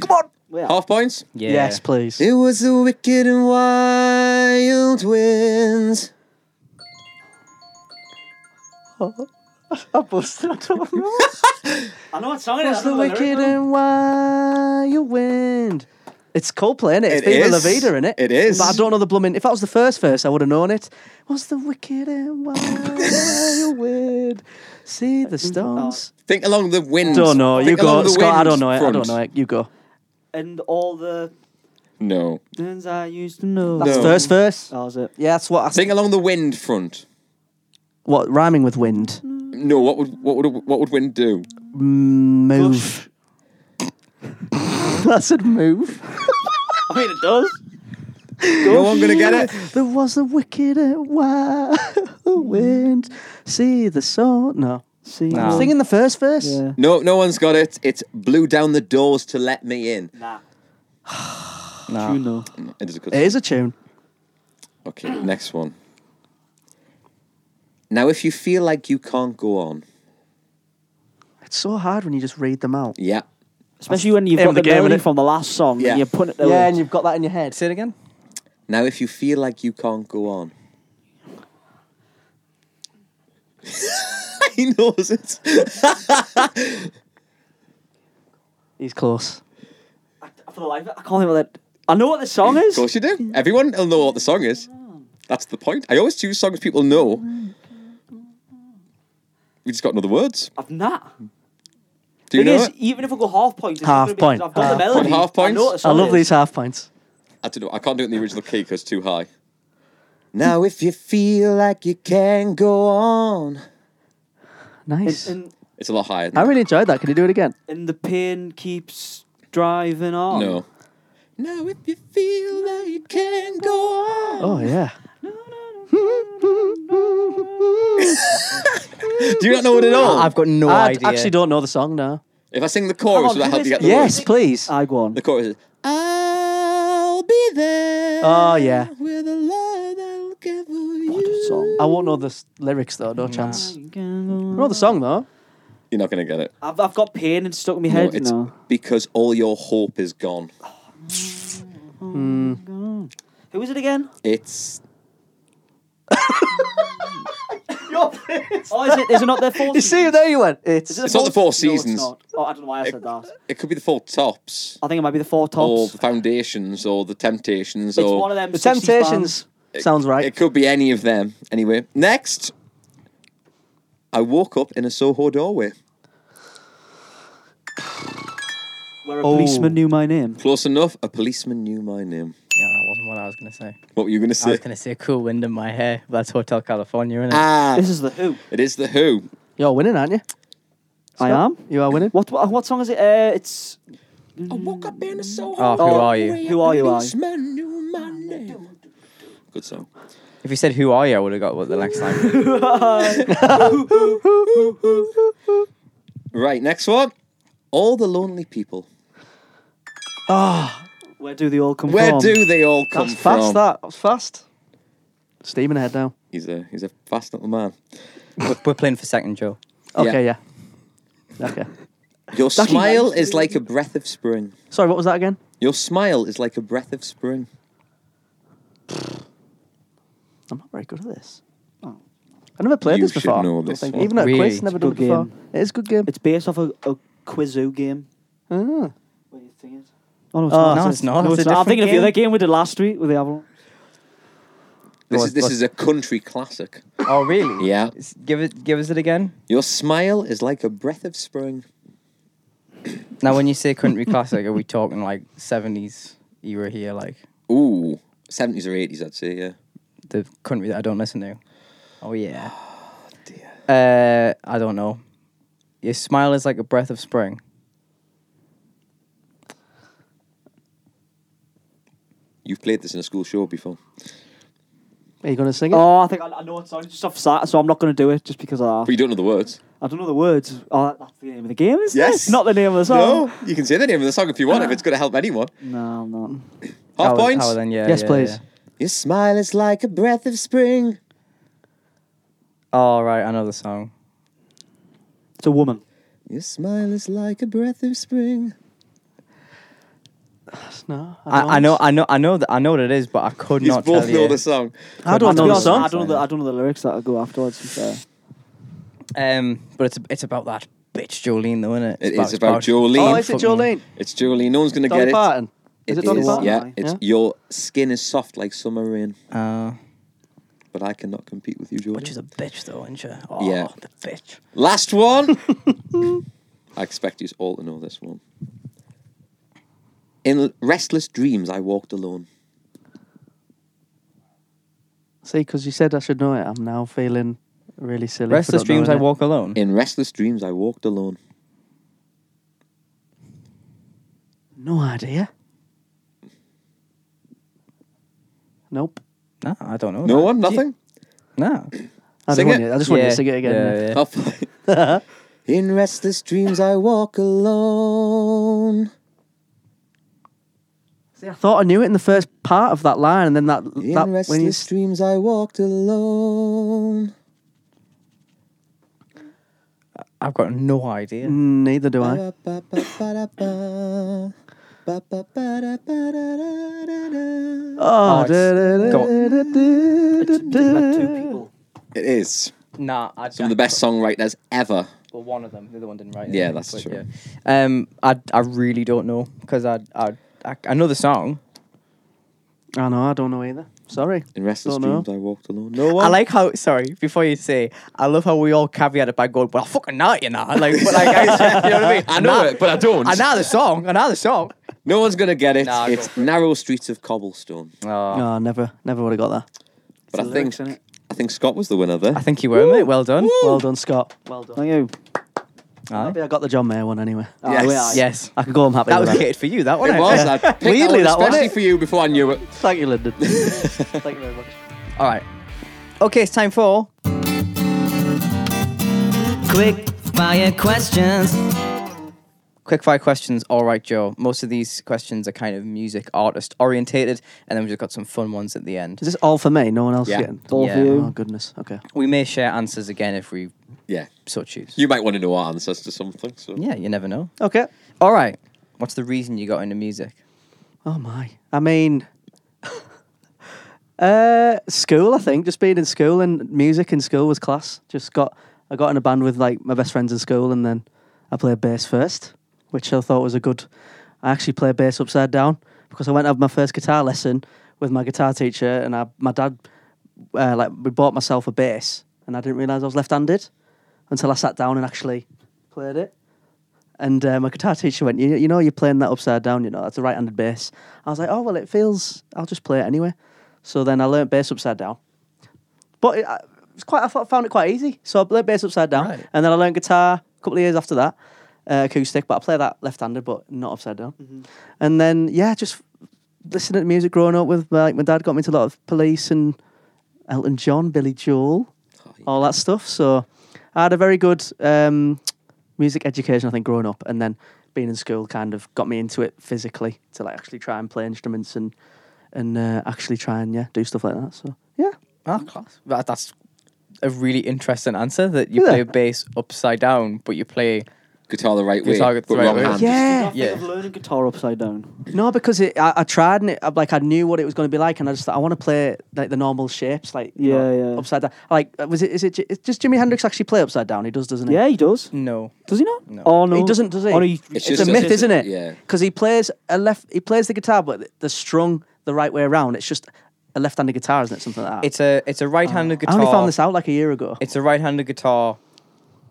Speaker 4: Oh,
Speaker 3: Well,
Speaker 2: Half points.
Speaker 1: yeah.
Speaker 4: yes, please.
Speaker 2: It was the wicked and wild wind.
Speaker 4: I busted. I don't know.
Speaker 3: I know what song it is.
Speaker 4: It's
Speaker 3: I
Speaker 4: the
Speaker 3: don't know the
Speaker 4: wicked
Speaker 3: lyric,
Speaker 4: and wild wind. It's Coldplay, innit? It's
Speaker 2: It
Speaker 4: Viva La
Speaker 2: is.
Speaker 4: Vida, innit?
Speaker 2: It is.
Speaker 4: But I don't know the blooming. If that was the first verse, I would have known it. Was the wicked and wild wind? See the stones.
Speaker 2: Think along the wind.
Speaker 4: Don't know. You
Speaker 2: Think
Speaker 4: go,
Speaker 2: along the
Speaker 4: Scott. I
Speaker 2: wind
Speaker 4: don't know it. I
Speaker 2: front.
Speaker 4: don't know it. You go.
Speaker 3: though. And all the
Speaker 2: No.
Speaker 3: things I used to know.
Speaker 4: That's
Speaker 2: No.
Speaker 4: first verse.
Speaker 3: That was it.
Speaker 4: Yeah, that's what I
Speaker 2: Think
Speaker 4: think.
Speaker 2: along the wind front.
Speaker 4: What rhyming with wind?
Speaker 2: No. What would what would what would wind do?
Speaker 4: Move.
Speaker 3: Bush.
Speaker 4: I said move.
Speaker 3: I mean, it does.
Speaker 2: No one gonna get it.
Speaker 4: There was a wicked and wild wind. See the song. No.
Speaker 3: See,
Speaker 1: Nah.
Speaker 4: Singing the first verse.
Speaker 3: Yeah.
Speaker 2: No, no one's got it. It's blew down the doors to let me in.
Speaker 3: Nah.
Speaker 1: Nah.
Speaker 3: You know.
Speaker 2: It is a good.
Speaker 4: It is a tune.
Speaker 2: Okay, next one. Now, if you feel like you can't go on,
Speaker 4: It's so hard when you just read them out.
Speaker 2: yeah,
Speaker 3: Especially when you've
Speaker 4: Aim
Speaker 3: got
Speaker 4: the
Speaker 3: the,
Speaker 4: game,
Speaker 3: melody
Speaker 4: innit?
Speaker 3: from the last song
Speaker 2: Yeah.
Speaker 3: and you put it there. with-
Speaker 4: you've got that in your head.
Speaker 1: Say it again.
Speaker 2: Now, if you feel like you can't go on. he knows it.
Speaker 4: He's close.
Speaker 3: for the life of it, I can't think of that. I know what the song
Speaker 2: Of
Speaker 3: is.
Speaker 2: course you do. Everyone will know what the song is. That's the point. I always choose songs people know. We just got another words.
Speaker 3: I've not.
Speaker 2: Do you
Speaker 3: Thing
Speaker 2: know
Speaker 3: is,
Speaker 2: it?
Speaker 3: even if I go half point, it's
Speaker 4: Half
Speaker 3: gonna be-
Speaker 4: point.
Speaker 3: I've got
Speaker 4: Half
Speaker 3: the melody.
Speaker 2: point. Half
Speaker 3: I know what the
Speaker 2: points.
Speaker 4: I
Speaker 3: song
Speaker 4: love
Speaker 3: is.
Speaker 4: these half pints.
Speaker 2: I don't know. I can't do it in the original key because it's too high. Now, if you feel like you can go on.
Speaker 4: Nice.
Speaker 3: And
Speaker 2: It's a lot higher.
Speaker 4: I
Speaker 2: Than
Speaker 4: really enjoyed that. Can you do it again?
Speaker 3: And the pain keeps driving on.
Speaker 2: no. Now, if you feel that you can go on.
Speaker 4: Oh yeah.
Speaker 2: Do you not know it at all?
Speaker 1: I've got no
Speaker 4: I d-
Speaker 1: idea.
Speaker 4: actually don't know the song now.
Speaker 2: if I sing the chorus,
Speaker 3: on,
Speaker 2: will that
Speaker 3: do
Speaker 2: help you
Speaker 3: this.
Speaker 2: get the
Speaker 3: Yeah.
Speaker 2: words?
Speaker 4: Yes, please.
Speaker 3: I go on.
Speaker 2: The chorus is I'll be there.
Speaker 4: Oh, yeah.
Speaker 2: With a love that'll give you.
Speaker 4: I won't know the s- lyrics though. No chance. I know the song though.
Speaker 2: You're not gonna get it.
Speaker 3: I've, I've got pain and stuck in my
Speaker 2: No,
Speaker 3: head.
Speaker 2: it's
Speaker 3: now.
Speaker 2: because all your hope is gone.
Speaker 3: Who is it again?
Speaker 2: It's
Speaker 3: Oh, is it? Is it not their fault?
Speaker 4: You see, there you went. It's
Speaker 3: Is it
Speaker 2: It's not the Four Seasons.
Speaker 3: No, it's not. Oh, I don't know why I said that.
Speaker 2: it could be the four tops,
Speaker 3: I think it might be the Four Tops.
Speaker 2: or the foundations or the temptations
Speaker 3: it's
Speaker 2: or
Speaker 3: one of them.
Speaker 4: the
Speaker 3: 60s
Speaker 4: Temptations.
Speaker 3: bands.
Speaker 4: Sounds right.
Speaker 2: it could be any of them. Anyway. Next I woke up in a Soho doorway.
Speaker 3: Where a
Speaker 4: Oh.
Speaker 3: policeman knew my name.
Speaker 2: Close enough, a policeman knew my name.
Speaker 1: yeah, that wasn't what I was gonna say.
Speaker 2: What were you gonna
Speaker 1: I
Speaker 2: say?
Speaker 1: was gonna say cool wind in my hair. but That's Hotel California, isn't it?
Speaker 2: Ah,
Speaker 3: This is the Who.
Speaker 2: it is the Who.
Speaker 4: You're winning, aren't you?
Speaker 3: I am.
Speaker 4: You are winning.
Speaker 3: What, what what song is it? Uh, it's
Speaker 2: I woke up in a Soho.
Speaker 1: oh, who
Speaker 3: oh,
Speaker 1: are you?
Speaker 3: Who are you? I.
Speaker 2: Good song.
Speaker 1: If you said who are you, I would have got what the next time.
Speaker 2: Right, next one. All the lonely people.
Speaker 3: Where do they all come
Speaker 2: Where
Speaker 3: from?
Speaker 2: do they all come
Speaker 4: That's
Speaker 2: from?
Speaker 4: fast. That. That's fast. Steaming ahead now.
Speaker 2: He's a he's a fast little man.
Speaker 1: We're- We're playing for second, Joe.
Speaker 4: Okay, yeah. Okay.
Speaker 2: Your smile is like a breath of spring.
Speaker 4: Sorry, what was that again?
Speaker 2: Your smile is like a breath of spring.
Speaker 1: Oh,
Speaker 4: I'm not very good at this. I never played
Speaker 2: You
Speaker 4: this
Speaker 2: should
Speaker 4: before.
Speaker 2: know
Speaker 4: I don't
Speaker 2: this
Speaker 4: think.
Speaker 2: one.
Speaker 4: Even at a
Speaker 1: Really?
Speaker 4: quiz, never done it
Speaker 3: Good
Speaker 4: before.
Speaker 3: game.
Speaker 4: It is a good game.
Speaker 3: It's based off a, a Quizoo game.
Speaker 4: Ah.
Speaker 3: What do you think? Oh, no, it's
Speaker 4: Oh,
Speaker 3: not.
Speaker 4: no,
Speaker 1: it's not. It's a
Speaker 3: I'm
Speaker 1: different
Speaker 3: thinking of
Speaker 1: game.
Speaker 3: the other game we did last week with the Avalon.
Speaker 2: This
Speaker 1: Go
Speaker 2: is
Speaker 1: on,
Speaker 2: this
Speaker 1: go
Speaker 2: is a country classic.
Speaker 1: Oh really?
Speaker 2: Yeah.
Speaker 1: S- Give it, give us it again.
Speaker 2: Your smile is like a breath of spring.
Speaker 1: Now, when you say country classic, are we talking like seventies era here, like
Speaker 2: Ooh, seventies or eighties, I'd say. Yeah.
Speaker 1: the country that I don't listen to? Oh yeah. Uh, I don't know. Your smile is like a breath of spring.
Speaker 2: You've played this in a school show before.
Speaker 4: Are you going to sing it?
Speaker 3: Oh, I think I, I know it sounds just off sat, so I'm not going to do it just because I,
Speaker 2: But you don't know the words.
Speaker 3: I don't know the words. Oh, that- that's the name of the game, isn't
Speaker 2: Yes.
Speaker 3: it? It's Not the name of the song.
Speaker 2: No, you can say the name of the song if you want. If it's going to help anyone.
Speaker 3: No, I'm not.
Speaker 2: Half
Speaker 1: Oh,
Speaker 2: points.
Speaker 1: oh, then, yeah,
Speaker 4: yes,
Speaker 1: yeah,
Speaker 4: please.
Speaker 1: yeah.
Speaker 2: Your smile is like a breath of spring.
Speaker 1: Oh right, I know the song.
Speaker 3: It's a woman.
Speaker 2: Your smile is like a breath of spring.
Speaker 4: No,
Speaker 1: I, I know, I know, I know that I know what it is, but I could
Speaker 2: You
Speaker 1: not
Speaker 2: both
Speaker 1: tell
Speaker 2: know
Speaker 1: you.
Speaker 2: the song.
Speaker 4: I don't
Speaker 3: To
Speaker 4: know
Speaker 3: be
Speaker 4: the
Speaker 3: honest,
Speaker 4: song.
Speaker 3: I don't know the, I don't know the lyrics that go afterwards. to be fair.
Speaker 1: Um, but it's it's about that bitch Jolene, though, isn't it?
Speaker 2: It is about Jolene.
Speaker 4: Oh, is it
Speaker 1: fucking-
Speaker 4: Jolene?
Speaker 2: It's Jolene. No one's going to
Speaker 4: Dolly
Speaker 2: get it.
Speaker 4: Parton. Is it, Dolly
Speaker 2: is,
Speaker 4: Parton?
Speaker 2: Yeah, it's
Speaker 4: Yeah.
Speaker 2: your skin is soft like summer rain,
Speaker 1: Uh,
Speaker 2: but I cannot compete with you,
Speaker 1: which
Speaker 2: Jolene.
Speaker 1: is a bitch, though, isn't she? Oh,
Speaker 2: Yeah.
Speaker 1: the bitch.
Speaker 2: Last one. I expect you all to know this one. In restless dreams, I walked alone.
Speaker 4: See, because you said I should know it. I'm now feeling really silly. for
Speaker 1: Restless
Speaker 4: not knowing
Speaker 1: dreams, I
Speaker 4: it.
Speaker 1: walk alone.
Speaker 2: In restless dreams, I walked alone.
Speaker 4: No idea. Nope.
Speaker 1: No, I don't know.
Speaker 2: No
Speaker 1: that.
Speaker 2: one, nothing.
Speaker 1: No.
Speaker 4: I just,
Speaker 2: Sing
Speaker 4: want
Speaker 2: it.
Speaker 4: you, I just want you
Speaker 1: Yeah,
Speaker 4: to sing it again.
Speaker 1: yeah, yeah.
Speaker 2: I'll play. In restless dreams, I walk alone.
Speaker 4: See, I thought I knew it in the first part of that line, and then that
Speaker 2: In
Speaker 4: that
Speaker 2: restless
Speaker 4: when you
Speaker 2: dreams, I walked alone.
Speaker 1: I've got no idea.
Speaker 4: neither do I.
Speaker 2: Ba-ba-ba-ba-da-ba. Ba-ba-ba-da-ba-da-da-da-da.
Speaker 4: Oh,
Speaker 1: it's
Speaker 3: About two people.
Speaker 2: It is
Speaker 1: Nah, I
Speaker 2: some of the best songwriters ever.
Speaker 1: Well, one of them. The other one didn't write.
Speaker 2: Yeah,
Speaker 1: anything,
Speaker 2: that's
Speaker 1: but
Speaker 2: true.
Speaker 1: yeah. Um, I I really don't know because I, I I I know the song.
Speaker 4: I know. I don't know either. Sorry.
Speaker 2: In restless
Speaker 4: Don't know.
Speaker 2: dreams, I walked alone. No one.
Speaker 1: I like how. Sorry, before you say, I love how we all caveat it by going, "Well, I fucking know it, you know." Like, but like, I, you know what I mean?
Speaker 2: I know
Speaker 1: Nah,
Speaker 2: it, but I don't.
Speaker 1: I know the song. I know the song.
Speaker 2: No one's gonna get it.
Speaker 1: Nah, go
Speaker 2: it's narrow streets of cobblestone.
Speaker 1: Oh.
Speaker 4: No, never, never would have got that.
Speaker 2: But I
Speaker 3: the
Speaker 2: think
Speaker 3: lyrics, innit?
Speaker 2: I think Scott was the winner there.
Speaker 1: I think you were, mate. Well done.
Speaker 4: Well done, Scott.
Speaker 3: Well done. Thank you.
Speaker 1: Aye.
Speaker 4: Maybe I got the John Mayer one anyway.
Speaker 3: Ah,
Speaker 2: Yes.
Speaker 3: we are.
Speaker 1: Yes.
Speaker 4: I can go home happy.
Speaker 1: That
Speaker 4: with
Speaker 1: was catered for you, that one.
Speaker 2: It was. I picked
Speaker 4: Weirdly,
Speaker 2: that
Speaker 4: that
Speaker 2: one
Speaker 4: one,
Speaker 2: especially
Speaker 4: eh?
Speaker 2: for you before I knew it.
Speaker 4: Thank you, Lyndon. Thank you very much.
Speaker 1: All right. Okay, it's time for.
Speaker 6: Quick fire questions.
Speaker 1: Quick fire questions. All right, Joe. Most of these questions are kind of music artist orientated, and then we've just got some fun ones at the end.
Speaker 4: Is this all for me? No one else
Speaker 2: Yeah.
Speaker 4: getting?
Speaker 3: It's all
Speaker 1: Yeah.
Speaker 3: for
Speaker 4: Oh
Speaker 3: you.
Speaker 4: goodness. Okay.
Speaker 1: We may share answers again if we
Speaker 2: Yeah.
Speaker 1: so choose.
Speaker 2: You might want to know our answers to something. So
Speaker 1: yeah, you never know.
Speaker 4: Okay.
Speaker 1: All right. What's the reason you got into music?
Speaker 4: Oh my. I mean, uh, school. I think just being in school and music in school was class. Just got I got in a band with like my best friends in school, and then I played bass first, which I thought was a good. I actually played bass upside down because I went to have my first guitar lesson with my guitar teacher, and I, my dad uh, like we bought myself a bass, and I didn't realize I was left-handed until I sat down and actually played it. And uh, my guitar teacher went, you, you know, you're playing that upside down, you know, that's a right handed bass. I was like, oh, well, it feels, I'll just play it anyway. So then I learnt bass upside down. But it, I, it was quite, I thought- found it quite easy. So I played bass upside down.
Speaker 1: Right.
Speaker 4: And then I learnt guitar a couple of years after that, uh, acoustic, but I play that left handed, but not upside down. And then, yeah, just listening to music growing up with, my- like, my dad got me into a lot of police and Elton John, Billy Joel,
Speaker 3: Oh,
Speaker 4: all that stuff. So I had a very good um, music education, I think, growing up, and then being in school kind of got me into it physically to like actually try and play instruments and and uh, actually try and yeah do stuff like that. So yeah,
Speaker 1: Ah, class. That, that's a really interesting answer that you
Speaker 4: Yeah.
Speaker 1: play bass upside down, but you play.
Speaker 2: guitar the right
Speaker 1: Guitar
Speaker 2: way,
Speaker 1: the
Speaker 2: but
Speaker 1: right
Speaker 2: wrong
Speaker 1: way.
Speaker 2: hand.
Speaker 4: yeah,
Speaker 1: Yeah.
Speaker 3: Of learning guitar upside down.
Speaker 4: no, because it, I, I tried and it, I- like I knew what it was going to be like, and I just thought, I want to play like the normal shapes, like you
Speaker 3: Yeah,
Speaker 4: know,
Speaker 3: yeah.
Speaker 4: upside down. Like uh, was it is it J- it's just Jimi Hendrix actually play upside down? He does, doesn't he?
Speaker 3: Yeah, he does.
Speaker 1: No.
Speaker 3: Does he not?
Speaker 1: No.
Speaker 3: Oh no,
Speaker 4: He doesn't, does he?
Speaker 3: Oh, no, he-
Speaker 2: It's
Speaker 4: It's,
Speaker 2: just
Speaker 4: a
Speaker 2: a-
Speaker 4: myth, isn't it?
Speaker 2: yeah.
Speaker 4: Because he plays a left, he plays the guitar, but the strung the right way around. It's just a left-handed guitar, isn't it? Something like that.
Speaker 1: It's a it's a right handed
Speaker 4: I
Speaker 1: guitar.
Speaker 4: only found this out like a year ago.
Speaker 1: It's a right handed guitar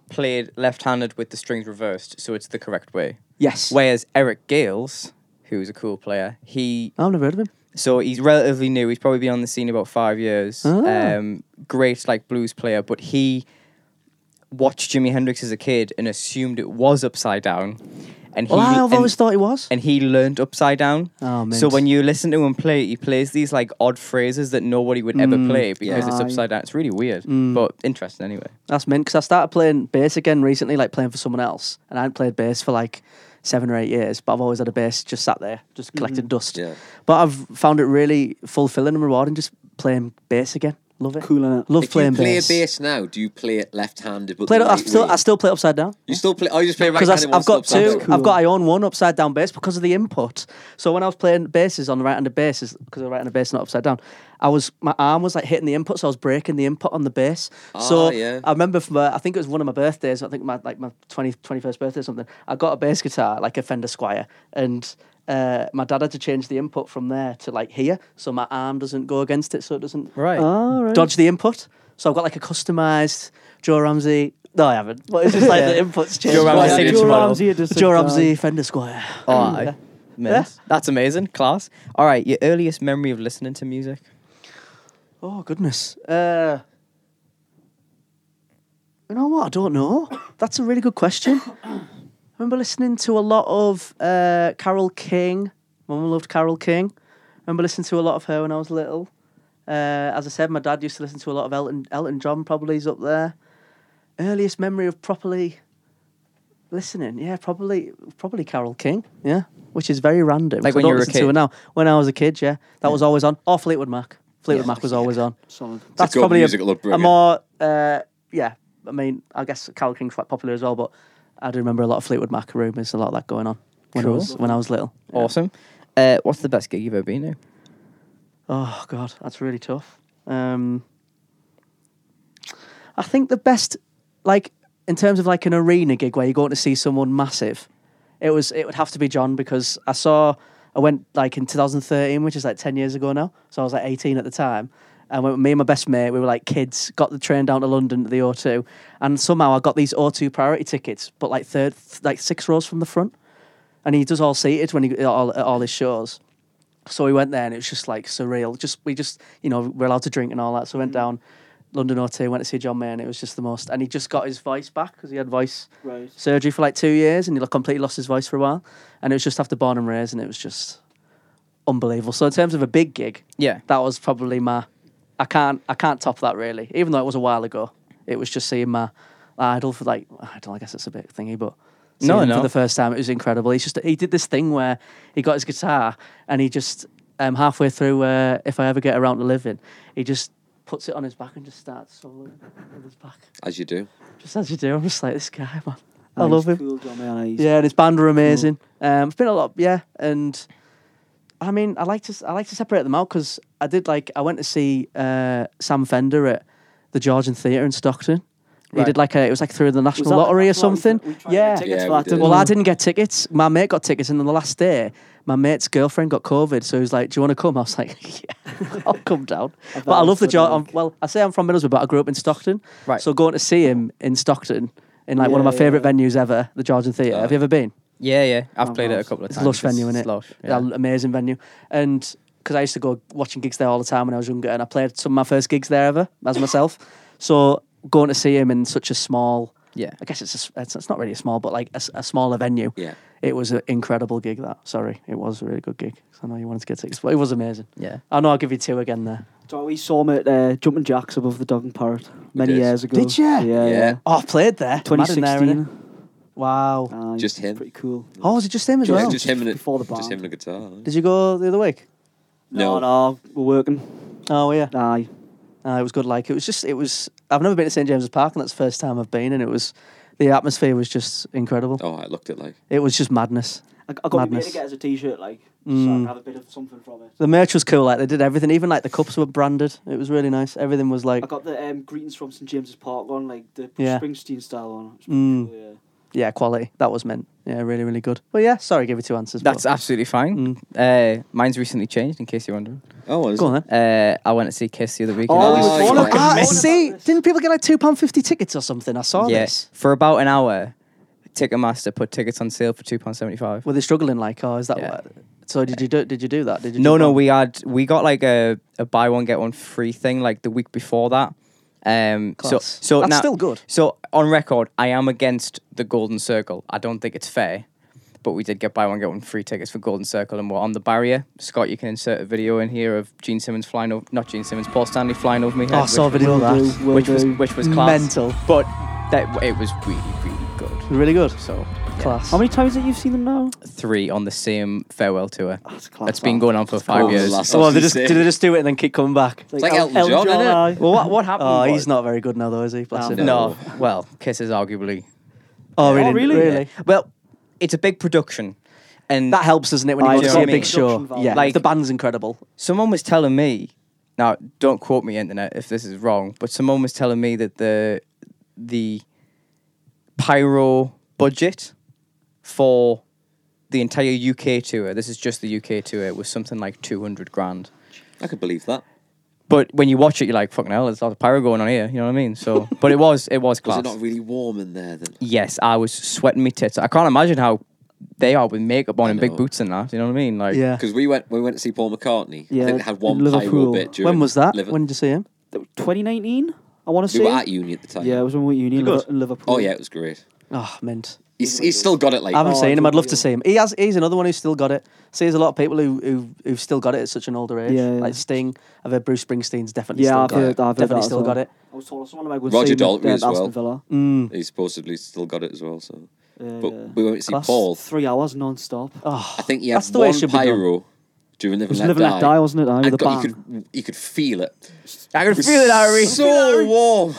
Speaker 1: played left handed with the strings reversed, so it's the correct way.
Speaker 4: yes.
Speaker 1: Whereas Eric Gales, who's a cool player, he
Speaker 4: I've never heard of him.
Speaker 1: so he's relatively new. He's probably been on the scene about five years.
Speaker 4: Ah.
Speaker 1: Um, great like blues player, but he watched Jimi Hendrix as a kid and assumed it was upside down. And he
Speaker 4: Well, I've
Speaker 1: and-
Speaker 4: always thought he was.
Speaker 1: and he learned upside down.
Speaker 4: Oh, mint.
Speaker 1: so when you listen to him play, he plays these like odd phrases that nobody would ever
Speaker 4: Mm,
Speaker 1: play because it's
Speaker 3: Aye.
Speaker 1: upside down. It's really weird, but interesting anyway.
Speaker 4: That's mint. Because I started playing bass again recently, like playing for someone else, and I hadn't played bass for like seven or eight years. But I've always had a bass just sat there, just collecting
Speaker 1: Mm-hmm.
Speaker 4: dust.
Speaker 2: Yeah.
Speaker 4: But I've found it really fulfilling and rewarding just playing bass again. Love it.
Speaker 3: Cool, innit?
Speaker 4: Love
Speaker 2: If you
Speaker 4: playing
Speaker 2: play
Speaker 4: bass.
Speaker 2: bass now, do you play it left-handed? But
Speaker 4: Play it,
Speaker 2: the
Speaker 4: I,
Speaker 2: right
Speaker 4: still,
Speaker 2: way?
Speaker 4: I still play it upside down.
Speaker 2: You still play? Oh, you just play
Speaker 4: because
Speaker 2: right-handed.
Speaker 4: I've got
Speaker 2: one still
Speaker 4: two.
Speaker 2: upside down.
Speaker 4: I've got I own one upside down bass because of the input. So when I was playing basses on the right handed basses, because the right handed bass is not upside down, I was my arm was like hitting the input, so I was breaking the input on the bass. so
Speaker 2: Ah, yeah.
Speaker 4: I remember from uh, I think it was one of my birthdays. I think my like my 20, 21st birthday or something. I got a bass guitar like a Fender Squire, and uh, my dad had to change the input from there to like here, so my arm doesn't go against it, so it doesn't
Speaker 1: Right.
Speaker 3: All right.
Speaker 4: dodge the input. So I've got like a customized Joe Ramsey. No, I haven't. But it's just like the inputs changed.
Speaker 1: Joe Ramsey
Speaker 4: Like,
Speaker 1: signature
Speaker 3: Joe
Speaker 1: model.
Speaker 3: Ramsey, a
Speaker 4: Joe
Speaker 3: guy.
Speaker 4: Ramsey Fender Squire.
Speaker 1: Oh, aye. Mint. That's amazing. Class. All right, your earliest memory of listening to music?
Speaker 4: Oh goodness. Uh, you know what? I don't know. That's a really good question. I remember listening to a lot of uh, Carol King. My Mum loved Carol King. I remember listening to a lot of her when I was little. Uh, as I said, my dad used to listen to a lot of Elton Elton John. Probably he's up there. Earliest memory of properly listening, yeah, probably probably Carol King, yeah, which is very random.
Speaker 1: Like when
Speaker 4: 'cause I don't
Speaker 1: you were a
Speaker 4: listen to her
Speaker 1: kid?
Speaker 4: now. When I was a kid, yeah, that was always on. Or Fleetwood Mac. Fleetwood Mac was always on.
Speaker 3: Solid.
Speaker 4: That's
Speaker 2: good
Speaker 4: probably a,
Speaker 2: musical
Speaker 4: a
Speaker 2: upbringing.
Speaker 4: more, uh, yeah. I mean, I guess Carol King's quite popular as well, but I do remember a lot of Fleetwood Mac rumours, a lot of that going on when I
Speaker 1: Cool.
Speaker 4: was when I was little.
Speaker 1: Awesome. Uh, what's the best gig you've ever been to?
Speaker 4: Oh God, that's really tough. Um, I think the best, like in terms of like an arena gig where you're going to see someone massive, it was it would have to be John because I saw I went like in 2013, which is like 10 years ago now. So I was like 18 at the time, and when me and my best mate we were like kids, got the train down to London to the O2, and somehow I got these O2 priority tickets, but like third, like six rows from the front, and he does all seated when he all at all his shows. So we went there and it was just like surreal. Just we just you know we're allowed to drink and all that. So we went down, London OT, went to see John Mayer, and it was just the most. And he just got his voice back because he had voice
Speaker 3: Right.
Speaker 4: surgery for like two years, and he like, completely lost his voice for a while. And it was just after Born and Raised, and it was just unbelievable. So in terms of a big gig,
Speaker 1: Yeah.
Speaker 4: that was probably my. I can't. I can't top that really. Even though it was a while ago, it was just seeing my idol for like I don't. I guess it's a bit thingy, but seeing
Speaker 1: No,
Speaker 4: him
Speaker 1: no.
Speaker 4: For the first time, it was incredible. He's just he did this thing where he got his guitar and he just um, halfway through. Uh, if I ever get around to living, he just puts it on his back and just starts soloing with his back,
Speaker 2: As you do.
Speaker 4: just as you do. I'm just like this guy, man. I
Speaker 3: Nah,
Speaker 4: love
Speaker 3: he's
Speaker 4: him.
Speaker 3: Cool, John Mayer, he's-
Speaker 4: Yeah, and his band are amazing.
Speaker 3: Mm.
Speaker 4: Um, it's been a lot, yeah, and I mean, I like to I like to separate them out because I did like I went to see uh, Sam Fender at the Georgian Theatre in Stockton. He
Speaker 1: Right.
Speaker 4: did like a it was like through the
Speaker 3: Was
Speaker 4: national
Speaker 3: that the-
Speaker 4: lottery or
Speaker 3: that's what we-
Speaker 4: something.
Speaker 3: we tried to get
Speaker 4: Yeah.
Speaker 3: tickets
Speaker 2: Yeah, we
Speaker 3: for that,
Speaker 2: did.
Speaker 3: didn't
Speaker 4: Well,
Speaker 3: we?
Speaker 4: I didn't get tickets. My mate got tickets, and on the last day, my mate's girlfriend got COVID. So he was like, "Do you want to come?" I was like, "Yeah, I'll come down." but I
Speaker 3: was
Speaker 4: love the
Speaker 3: so
Speaker 4: job.
Speaker 3: like-
Speaker 4: Well, I say I'm from Middlesbrough, but I grew up in Stockton.
Speaker 1: Right.
Speaker 4: So going to see him in Stockton in like one of
Speaker 3: Yeah,
Speaker 4: my favourite
Speaker 3: yeah.
Speaker 4: venues ever, the Georgian Theatre. Have you ever been?
Speaker 1: Yeah, yeah. I've
Speaker 3: Oh,
Speaker 1: played it a
Speaker 3: nice.
Speaker 1: Uh, couple of
Speaker 4: It's
Speaker 1: times.
Speaker 4: a lush venue, isn't it?
Speaker 1: Lush.
Speaker 4: Yeah.
Speaker 1: Yeah.
Speaker 4: amazing venue. And because I used to go watching gigs there all the time when I was younger, and I played some of my first gigs there ever as myself. So going to see him in such a small,
Speaker 1: Yeah.
Speaker 4: I guess it's a s it's, it's not really small, but like a, s- a smaller venue.
Speaker 2: Yeah.
Speaker 4: It was an incredible gig. That sorry, it was a really good gig. 'Cause I know you wanted to get tickets, but it was amazing.
Speaker 1: Yeah.
Speaker 4: I know I'll give you two again there.
Speaker 3: So we saw him at uh, Jumping Jacks above the Dog and Parrot many
Speaker 2: did.
Speaker 3: years ago.
Speaker 4: Did ya?
Speaker 3: Yeah.
Speaker 2: Yeah.
Speaker 3: yeah.
Speaker 4: Oh, I played there. Mad in there, innit?
Speaker 3: 2016.
Speaker 4: Wow.
Speaker 3: Aye,
Speaker 2: Just him.
Speaker 3: Pretty cool.
Speaker 4: oh, was it just him as
Speaker 2: Just,
Speaker 4: well?
Speaker 2: just him and a,
Speaker 3: before the
Speaker 2: just
Speaker 3: band.
Speaker 2: him and a guitar. eh?
Speaker 4: Did you go the other week?
Speaker 3: No, no, we're working.
Speaker 4: Oh yeah.
Speaker 3: Aye.
Speaker 4: Uh, it was good. Like it was just it was. I've never been to St James's Park, and that's the first time I've been, and it was the atmosphere was just incredible.
Speaker 2: Oh, I looked at like.
Speaker 4: It was just madness.
Speaker 3: I, I got my mate
Speaker 4: Madness.
Speaker 3: to get us a t-shirt, like, so I
Speaker 4: Mm.
Speaker 3: can have a bit of something from it.
Speaker 4: The merch was cool. Like they did everything. Even like the cups were branded. It was really nice. Everything was like
Speaker 3: I got the um, greetings from St James's Park one, like the
Speaker 4: Yeah.
Speaker 3: Springsteen style one. It's pretty
Speaker 4: Mm.
Speaker 3: cool, yeah.
Speaker 4: yeah, quality. That was meant. Yeah, really, really good. But yeah, sorry, I gave you two answers.
Speaker 1: That's
Speaker 4: but-
Speaker 1: absolutely fine. Uh, mine's recently changed, in case you're wondering.
Speaker 2: Oh, what is
Speaker 4: go
Speaker 2: it?
Speaker 4: on then.
Speaker 1: Uh, I went to see Kiss the other week. in
Speaker 3: Oh, we
Speaker 1: Edinburgh.
Speaker 2: Oh,
Speaker 3: were
Speaker 2: you
Speaker 3: talking
Speaker 2: fucking
Speaker 3: about
Speaker 4: Ah,
Speaker 3: this.
Speaker 4: see, didn't people get like two pound fifty tickets or something? I saw
Speaker 1: Yes,
Speaker 4: this.
Speaker 1: for about an hour, Ticketmaster put tickets on sale for two pound seventy five.
Speaker 4: Were they struggling? Like, oh, is that
Speaker 1: Yeah.
Speaker 4: what? So did you do? Did you do that? Did you?
Speaker 1: No,
Speaker 4: do
Speaker 1: no,
Speaker 4: one?
Speaker 1: we had we got like a, a buy one get one free thing like the week before that. Um, so
Speaker 4: Class.
Speaker 1: so
Speaker 4: That's
Speaker 1: now-
Speaker 4: still good.
Speaker 1: So on record, I am against the Golden Circle. I don't think it's fair, but we did get buy one get one free tickets for Golden Circle, and we're on the barrier. Scott, you can insert a video in here of Gene Simmons flying over, not Gene Simmons, Paul Stanley flying over me.
Speaker 4: Oh, I saw a video of
Speaker 3: Will
Speaker 4: that.
Speaker 3: do, will
Speaker 1: which was
Speaker 3: do.
Speaker 1: which was class.
Speaker 4: Mental.
Speaker 1: but that it was really really good.
Speaker 4: Really good.
Speaker 1: So yeah.
Speaker 4: Class.
Speaker 3: How many times have you seen them now?
Speaker 1: three on the same farewell tour.
Speaker 3: That's class.
Speaker 1: That's been going on for five
Speaker 2: class.
Speaker 1: years.
Speaker 2: Last
Speaker 4: Oh, well, they
Speaker 2: That's
Speaker 4: just did
Speaker 2: insane.
Speaker 4: they just do it and then keep coming back?
Speaker 3: It's
Speaker 2: like Elton John, innit?
Speaker 3: aye.
Speaker 1: Well, what what happened?
Speaker 4: Oh,
Speaker 1: was-
Speaker 4: he's not very good now, though, is he? Bless
Speaker 3: No.
Speaker 4: him.
Speaker 1: No, well, Kiss is arguably.
Speaker 4: Oh,
Speaker 3: really?
Speaker 4: really?
Speaker 3: Really?
Speaker 1: Well, it's a big production, and
Speaker 4: That helps, doesn't it, when
Speaker 3: I
Speaker 4: you go
Speaker 1: do
Speaker 4: to see a
Speaker 1: what I mean.
Speaker 4: big show?
Speaker 3: Production value.
Speaker 4: Yeah,
Speaker 1: Like-
Speaker 4: like, the band's incredible.
Speaker 1: someone was telling me. Now, don't quote me, internet, if this is wrong, but someone was telling me that the the pyro budget for the entire UK tour, this is just the UK tour, was something like two hundred grand.
Speaker 2: I could believe that.
Speaker 1: But when you watch it, you're like, "Fucking hell, there's a lot of pyro going on here." You know what I mean? So, but it was it was
Speaker 2: Was
Speaker 1: class.
Speaker 2: it not really warm in there then?
Speaker 1: Yes, I was sweating me tits. I can't imagine how they are with makeup on and big
Speaker 2: know.
Speaker 1: boots and that. You know what I mean? Like,
Speaker 4: Yeah.
Speaker 2: Because we went, we went to see Paul McCartney. I
Speaker 3: Yeah,
Speaker 2: think they had one
Speaker 3: in
Speaker 2: pyro
Speaker 3: Liverpool.
Speaker 2: bit during
Speaker 4: When was that?
Speaker 2: Liver-
Speaker 4: When did you see him?
Speaker 3: 2019, I want to
Speaker 2: we
Speaker 3: say.
Speaker 2: were at uni at the time.
Speaker 3: Yeah, it was when we were at uni in Liver-
Speaker 4: good?
Speaker 3: in Liverpool.
Speaker 2: Oh yeah, it was great.
Speaker 4: Oh, mint.
Speaker 2: He's, he's still got it like.
Speaker 4: I haven't
Speaker 3: Oh,
Speaker 4: seen him. I'd love
Speaker 3: unbelievable.
Speaker 4: to see him. He has. He's another one who's still got it. See, there's a lot of people who, who who've still got it at such an older age.
Speaker 3: Yeah, yeah.
Speaker 4: Like Sting. I've heard Bruce Springsteen's definitely
Speaker 3: Yeah,
Speaker 4: still
Speaker 3: I've
Speaker 4: got
Speaker 3: heard,
Speaker 4: it.
Speaker 3: I've heard
Speaker 4: definitely
Speaker 3: that
Speaker 4: still
Speaker 3: as well.
Speaker 4: got it.
Speaker 3: I was told someone I would
Speaker 2: Roger
Speaker 3: see him at,
Speaker 2: Daltrey
Speaker 3: uh,
Speaker 2: as well.
Speaker 3: Aston Villa.
Speaker 4: Mm.
Speaker 2: He's supposedly still got it as well. So,
Speaker 3: Uh,
Speaker 2: but
Speaker 3: yeah.
Speaker 2: we went to see
Speaker 4: Class.
Speaker 2: Paul.
Speaker 3: three hours non-stop.
Speaker 4: Oh,
Speaker 2: I think he had
Speaker 4: That's the way it
Speaker 2: one
Speaker 4: should be done.
Speaker 2: pyro during Live
Speaker 3: it
Speaker 2: and
Speaker 3: was
Speaker 2: Let
Speaker 3: Live and
Speaker 2: Die.
Speaker 3: Let Die, wasn't it? Aye, with
Speaker 2: and
Speaker 3: the
Speaker 2: God,
Speaker 3: bang.
Speaker 2: you could you could feel it.
Speaker 1: I can
Speaker 2: was
Speaker 1: feel it, Harry.
Speaker 2: So warm.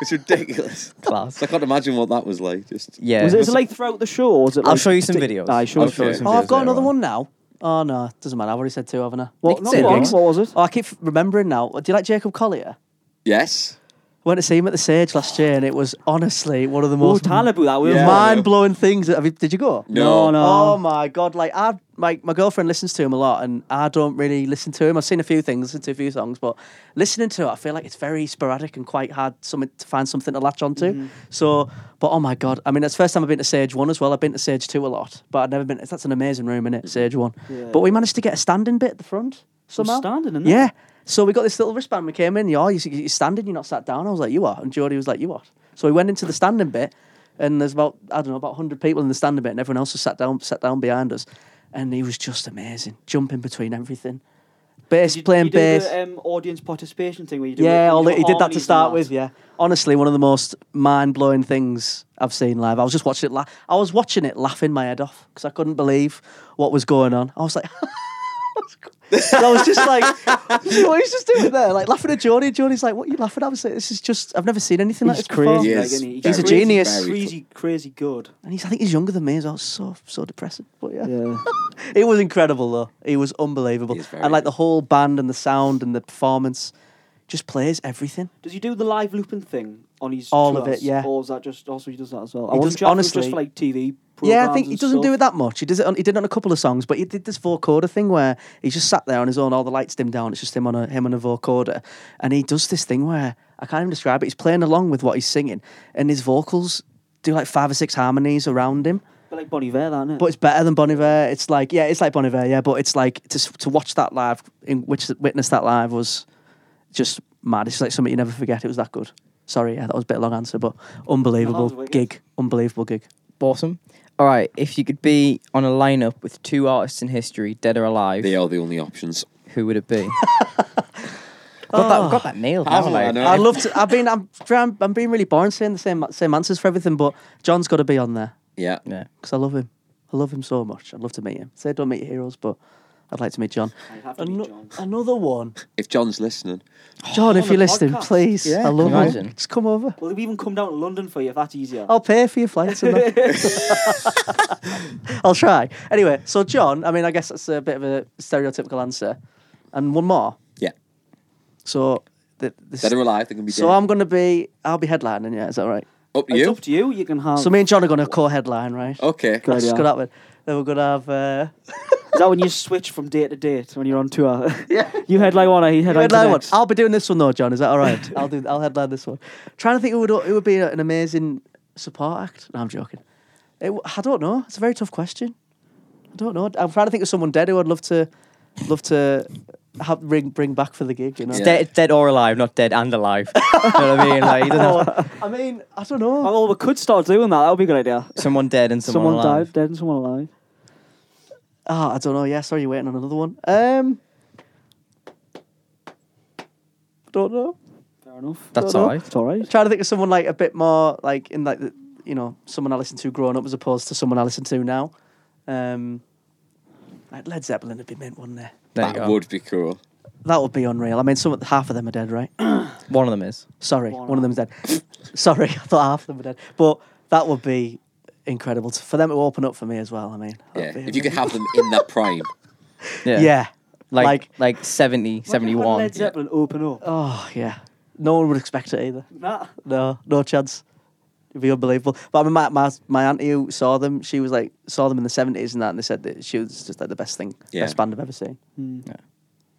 Speaker 2: it's ridiculous.
Speaker 1: Class.
Speaker 2: I can't imagine what that was like. Just
Speaker 1: Yeah.
Speaker 3: was it, is it like throughout the show? Or was it
Speaker 1: I'll
Speaker 3: like
Speaker 1: show you some
Speaker 3: partic-
Speaker 1: videos.
Speaker 3: Aye, show
Speaker 2: I'll
Speaker 3: us
Speaker 2: show you
Speaker 3: videos.
Speaker 2: some
Speaker 4: oh,
Speaker 2: videos.
Speaker 4: I've got another
Speaker 1: on.
Speaker 4: one now. Oh no, doesn't matter. I've already said two, haven't I?
Speaker 3: What,
Speaker 1: Say
Speaker 3: not
Speaker 1: it
Speaker 3: one,
Speaker 1: again.
Speaker 3: what was it?
Speaker 4: Oh, I keep remembering now. Do you like Jacob Collier?
Speaker 2: yes.
Speaker 4: Went to see him at the Sage last year, and it was honestly one of the
Speaker 3: Oh,
Speaker 4: most
Speaker 3: Talibu, that was
Speaker 2: Yeah.
Speaker 4: mind blowing things. that- Have you, did you go?
Speaker 2: No.
Speaker 3: No, no.
Speaker 4: Oh my god! Like I, my my girlfriend listens to him a lot, and I don't really listen to him. I've seen a few things, listened to a few songs, but listening to it, I feel like it's very sporadic and quite hard something to find something to latch onto. So, but oh my god! I mean, it's the first time I've been to Sage One as well. I've been to Sage Two a lot, but I've never been. That's an amazing room, isn't it? Sage One.
Speaker 3: Yeah.
Speaker 4: But we managed to get a standing bit at the front
Speaker 3: I'm
Speaker 4: somehow.
Speaker 3: standing in there.
Speaker 4: Yeah. So we got this little wristband. We came in, you are, you- you're standing, you're not sat down. I was like, you are. And Jody was like, you are. So we went into the standing bit, and there's about, I don't know, about 100 people in the standing bit, and everyone else was sat down, sat down behind us. And he was just amazing, jumping between everything. Bass,
Speaker 3: Did you-
Speaker 4: playing
Speaker 3: you do
Speaker 4: bass.
Speaker 3: The, um, audience participation thing where you do
Speaker 4: Yeah,
Speaker 3: all
Speaker 4: all
Speaker 3: the,
Speaker 4: that- he did that to start with.
Speaker 3: Yeah,
Speaker 4: honestly one of the most mind-blowing things I've seen live. I was just watching it. La- I was watching it, laughing my head off because I couldn't believe what was going on. I was like. And I was just like, you know what he's just doing there, like laughing at Jody. Jody's like, "What are you laughing at?" I was like, "This is just, I've never seen anything like
Speaker 3: He's
Speaker 4: this before."
Speaker 3: crazy.
Speaker 2: Yeah.
Speaker 3: like,
Speaker 2: Yes.
Speaker 3: isn't he?
Speaker 2: He's
Speaker 4: a
Speaker 3: crazy,
Speaker 4: genius.
Speaker 3: Crazy, crazy good.
Speaker 4: And he's, I think he's younger than me as well. It's So, so depressing. But yeah,
Speaker 3: Yeah.
Speaker 4: it was incredible though. It was unbelievable,
Speaker 2: He is very
Speaker 4: and like
Speaker 2: good.
Speaker 4: the whole band and the sound and the performance, just plays everything.
Speaker 3: Does he do the live looping thing on his
Speaker 4: All of
Speaker 3: tours,
Speaker 4: it, yeah.
Speaker 3: Or is that just also he does that as well?
Speaker 4: He
Speaker 3: I
Speaker 4: does-
Speaker 3: wasn't sure if it was
Speaker 4: honestly-
Speaker 3: just for like TV.
Speaker 4: Yeah, I
Speaker 3: programmes
Speaker 4: think he
Speaker 3: and
Speaker 4: doesn't do
Speaker 3: stuff.
Speaker 4: it that much. He does it. On, he did it on a couple of songs, but he did this vocoder thing where he just sat there on his own, all the lights dimmed down. It's just him on a him on a vocoder, and he does this thing where I can't even describe it. He's playing along with what he's singing, and his vocals do like five or six harmonies around him.
Speaker 3: But like Bonnie Vare, that, isn't it?
Speaker 4: But it's better than Bon Iver. It's like yeah, it's like Bon Iver, yeah. But it's like to s- to watch that live, in which witness that live was just mad. It's like something you never forget. It was that good. Sorry, yeah, that was a bit long answer, but unbelievable
Speaker 3: wicked.
Speaker 4: gig, unbelievable gig.
Speaker 1: Awesome. All right, if you could be on a lineup with two artists in history, dead or alive,
Speaker 2: They are the only options.
Speaker 1: who would it be? got, that, got that nailed.
Speaker 2: Haven't
Speaker 1: haven't I?
Speaker 2: I, no.
Speaker 4: I'd love to. I've been. I'm. trying- I'm being really boring saying the same same answers for everything, but John's got to be on there
Speaker 2: Yeah.
Speaker 1: Yeah.
Speaker 4: because I love him. I love him so much. I'd love to meet him. Say I don't meet your heroes, but I'd like to meet John.
Speaker 3: I'd have to meet John.
Speaker 4: Another one,
Speaker 2: If John's listening,
Speaker 4: John. if
Speaker 3: on
Speaker 4: you're
Speaker 3: the
Speaker 4: listening,
Speaker 3: podcast.
Speaker 4: please.
Speaker 1: Yeah,
Speaker 4: I love
Speaker 1: can you
Speaker 4: him.
Speaker 1: imagine?
Speaker 4: Just come over.
Speaker 3: Well, we even come down to London for you if that's easier.
Speaker 4: I'll pay for your flights. And that. I'll try. Anyway, so John. I mean, I guess that's a bit of a stereotypical answer, and one more.
Speaker 2: yeah.
Speaker 4: So th- this.
Speaker 2: Dead or alive, they can be
Speaker 4: so
Speaker 2: dead.
Speaker 4: I'm gonna be. I'll be headlining. Yeah, is that right?
Speaker 2: Up to
Speaker 3: it's
Speaker 2: you.
Speaker 3: up to you. You can have.
Speaker 4: So me and John are gonna co-headline, right?
Speaker 2: Okay.
Speaker 3: Go.
Speaker 4: That's
Speaker 3: Oh, Yeah.
Speaker 4: good happen. Then we're gonna have uh,
Speaker 3: Is that when you switch from date to date when you're on tour? yeah. You headline one, I headline,
Speaker 4: headline
Speaker 3: the
Speaker 4: one.
Speaker 3: next.
Speaker 4: I'll be doing this one though, John. Is that all right? I'll do. I'll headline this one. Trying to think, who would who would be an amazing support act? No, I'm joking. It, w- I don't know. It's a very tough question. I don't know. I'm trying to think of someone dead who I'd love to, love to, have, bring bring back for the gig. You know.
Speaker 1: It's
Speaker 2: Yeah.
Speaker 1: dead, dead or alive, not dead and alive. you know what I mean? Like, he doesn't have
Speaker 4: Oh, I mean, I don't know.
Speaker 3: Oh, well, we could start doing that. That would be a good idea.
Speaker 1: someone dead and someone,
Speaker 3: Someone,
Speaker 1: alive.
Speaker 3: died, dead, and someone alive.
Speaker 4: Ah, I don't know. Yeah, sorry, you're waiting on another one. Um, don't know.
Speaker 3: Fair enough.
Speaker 1: That's
Speaker 4: Don't know.
Speaker 1: all right.
Speaker 3: It's all right.
Speaker 4: trying to think of someone like a bit more like in like the, you know someone I listened to growing up as opposed to someone I listen to now. Um, like Led Zeppelin would be mint, wouldn't it?
Speaker 1: There you
Speaker 2: that
Speaker 1: go.
Speaker 2: would be cool.
Speaker 4: That would be unreal. I mean, some half of them are dead, right?
Speaker 1: One of them is.
Speaker 4: Sorry,
Speaker 3: One
Speaker 4: one, of them's dead. Sorry, I thought half of them were dead, but that would be incredible to, for them to open up for me as well. I mean,
Speaker 2: Yeah.
Speaker 4: that'd be
Speaker 2: If you could
Speaker 4: amazing.
Speaker 2: have them in their prime.
Speaker 1: Yeah.
Speaker 4: yeah,
Speaker 1: Like,
Speaker 4: like,
Speaker 1: like, 70, 71.
Speaker 3: Led Zeppelin open up.
Speaker 4: oh yeah, no one would expect it either.
Speaker 3: Nah.
Speaker 4: No, no chance. It'd be unbelievable. But I mean, my, my, my auntie who saw them, she was like, saw them in the 70s and that, and they said that she was just like the best thing,
Speaker 2: Yeah.
Speaker 4: best band I've ever seen.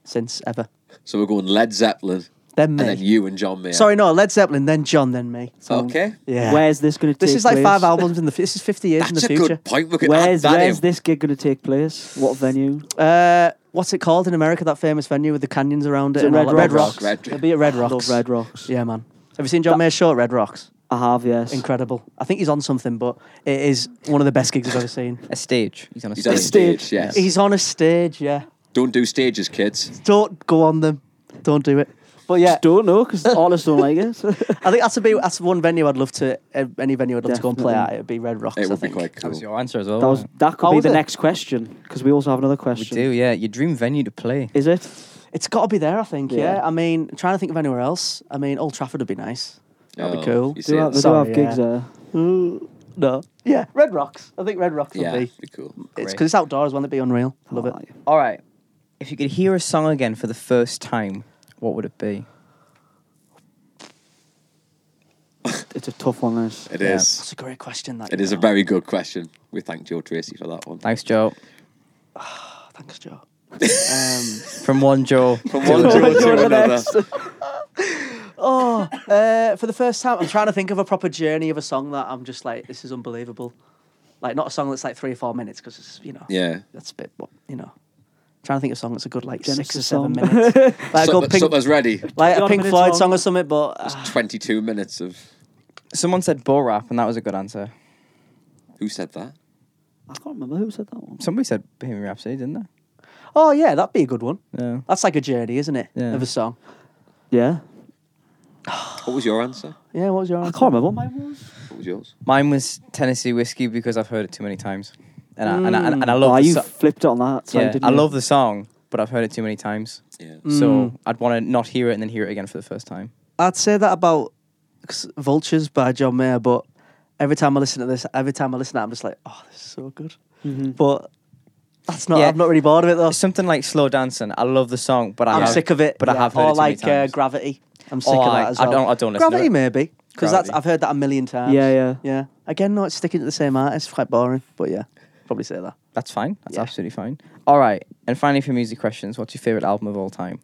Speaker 4: Since ever.
Speaker 2: So we're going Led Zeppelin,
Speaker 4: Then
Speaker 2: and
Speaker 4: me.
Speaker 2: then you Oh. and John Mayer.
Speaker 4: Sorry, no, Led Zeppelin, then John, then me.
Speaker 2: Okay.
Speaker 4: Yeah.
Speaker 3: Where's this going to take
Speaker 4: this is like
Speaker 3: place?
Speaker 4: five albums in the, f- this is 50 years in
Speaker 2: That's
Speaker 4: the
Speaker 2: a
Speaker 4: future.
Speaker 2: good point. We could
Speaker 3: Where's,
Speaker 2: add that
Speaker 3: where's
Speaker 2: in.
Speaker 3: this gig going to take place? What venue?
Speaker 4: Uh, what's it called in America, that famous venue with the canyons around it?
Speaker 3: Is it
Speaker 4: and
Speaker 3: Red
Speaker 4: all that? Red
Speaker 3: Rocks?
Speaker 4: Rocks.
Speaker 2: Red-
Speaker 4: It'll be at Red
Speaker 3: I
Speaker 4: Rocks.
Speaker 3: Love Red Rocks.
Speaker 4: Yeah, man. Have you seen John Mayer's show at Red Rocks?
Speaker 3: I have, yes.
Speaker 4: Incredible. I think he's on something, but it is one of the best gigs I've ever seen.
Speaker 1: A stage. He's on a
Speaker 2: He's
Speaker 1: stage.
Speaker 2: on a
Speaker 3: Stage.
Speaker 2: stage, yes.
Speaker 4: He's on a stage, yeah.
Speaker 2: Don't do stages, kids.
Speaker 4: Don't go on them. Don't do it. But yeah,
Speaker 3: Just don't know because artists don't like it.
Speaker 4: I think that's a big, that's one venue I'd love to uh, any venue I'd love to go and play at.
Speaker 3: Definitely.
Speaker 4: It'd be Red Rocks.
Speaker 2: It
Speaker 4: I
Speaker 2: would be
Speaker 4: think.
Speaker 2: quite
Speaker 1: That
Speaker 2: cool.
Speaker 1: was your answer as well.
Speaker 3: That was
Speaker 1: wasn't
Speaker 3: that could
Speaker 4: Oh,
Speaker 3: be
Speaker 4: is
Speaker 3: the
Speaker 4: it?
Speaker 3: next question because we also have another
Speaker 1: it? we
Speaker 3: question.
Speaker 1: do, yeah. Your dream venue to play.
Speaker 3: Is it?
Speaker 4: It's got to be there, I think. Yeah.
Speaker 3: Yeah.
Speaker 4: I mean, trying to think of anywhere else. I mean, Old Trafford would be nice. That'd
Speaker 2: Oh,
Speaker 4: be cool.
Speaker 2: you
Speaker 3: Do
Speaker 2: see
Speaker 3: have,
Speaker 2: it?
Speaker 3: they do
Speaker 4: Sorry,
Speaker 3: have gigs
Speaker 4: yeah.
Speaker 3: there.
Speaker 4: No. Yeah, Red Rocks. I think Red Rocks
Speaker 2: Yeah,
Speaker 4: would be.
Speaker 2: it'd be cool.
Speaker 4: It's
Speaker 1: Great.
Speaker 4: because it's outdoors. One that'd be unreal. Love
Speaker 3: Aye.
Speaker 4: it.
Speaker 1: All right. If you could hear a song again for the first time, what would it be?
Speaker 3: It's a tough one, this.
Speaker 2: It
Speaker 1: Yeah.
Speaker 2: is.
Speaker 4: That's a great question. That
Speaker 2: It
Speaker 4: you
Speaker 2: is a
Speaker 4: know.
Speaker 2: very good question. We thank Joe Tracy for that one.
Speaker 1: Thanks, Joe.
Speaker 4: Thanks, Joe.
Speaker 3: Um,
Speaker 1: From one Joe.
Speaker 2: From one Joe to another.
Speaker 4: Oh, uh, for the first time, I'm trying to think of a proper journey of a song that I'm just like, this is unbelievable. Like, not a song that's like three or four minutes because it's you know.
Speaker 2: Yeah.
Speaker 4: that's a bit what you know trying to think of a song that's a good like six or
Speaker 3: Genesis
Speaker 4: seven
Speaker 3: song.
Speaker 4: minutes. Like a good
Speaker 2: Something-
Speaker 4: Pink,
Speaker 2: Something's ready.
Speaker 4: like a
Speaker 3: God,
Speaker 4: Pink
Speaker 3: minutes
Speaker 4: Floyd
Speaker 3: long.
Speaker 4: song or something, but uh,
Speaker 2: 22 minutes of.
Speaker 1: Someone said bull rap, and that was a good answer.
Speaker 2: Who said that?
Speaker 3: I can't remember who said that one.
Speaker 1: Somebody said Bohemian Rhapsody, didn't they?
Speaker 4: oh yeah, that'd be a good one.
Speaker 1: Yeah.
Speaker 4: That's like a journey, isn't it?
Speaker 1: Yeah.
Speaker 4: Of a song.
Speaker 3: Yeah.
Speaker 2: What was your answer?
Speaker 4: Yeah, what was your
Speaker 3: I
Speaker 4: answer?
Speaker 3: can't remember what mine was.
Speaker 2: What was yours?
Speaker 1: Mine was Tennessee whiskey because I've heard it too many times, and I, and, I, and, I love
Speaker 3: Oh,
Speaker 1: the
Speaker 3: you
Speaker 1: so-
Speaker 3: flipped it on that. Side,
Speaker 1: yeah,
Speaker 3: didn't
Speaker 1: I
Speaker 3: you?
Speaker 1: love the song, but I've heard it too many times.
Speaker 2: Yeah.
Speaker 4: Mm.
Speaker 1: So I'd want to not hear it and then hear it again for the first time.
Speaker 4: I'd say that about 'cause Vultures by John Mayer, but every time I listen to this, every time I listen to it, I'm just like, oh, this is so good. But that's not.
Speaker 1: Yeah.
Speaker 4: I'm not really bored of it though.
Speaker 1: Oh, Something like slow dancing. I or the song, but I
Speaker 4: I'm
Speaker 1: have-
Speaker 4: sick of it.
Speaker 1: But I have heard
Speaker 4: or
Speaker 1: it too
Speaker 4: like
Speaker 1: many times.
Speaker 4: Uh, Gravity. I'm sick
Speaker 1: Or
Speaker 4: of
Speaker 1: like-
Speaker 4: that as
Speaker 1: I
Speaker 4: well.
Speaker 1: don't- I don't listen to
Speaker 4: Gravity
Speaker 1: it.
Speaker 4: maybe because that's
Speaker 1: Gravity.
Speaker 4: I've heard that a million times.
Speaker 3: Yeah, yeah.
Speaker 4: yeah. Again, no, it's sticking to the same artist. Quite boring, but yeah, probably say that.
Speaker 1: That's fine. That's
Speaker 4: Yeah.
Speaker 1: absolutely fine. All right. And finally, for music questions, what's your favorite album of all time?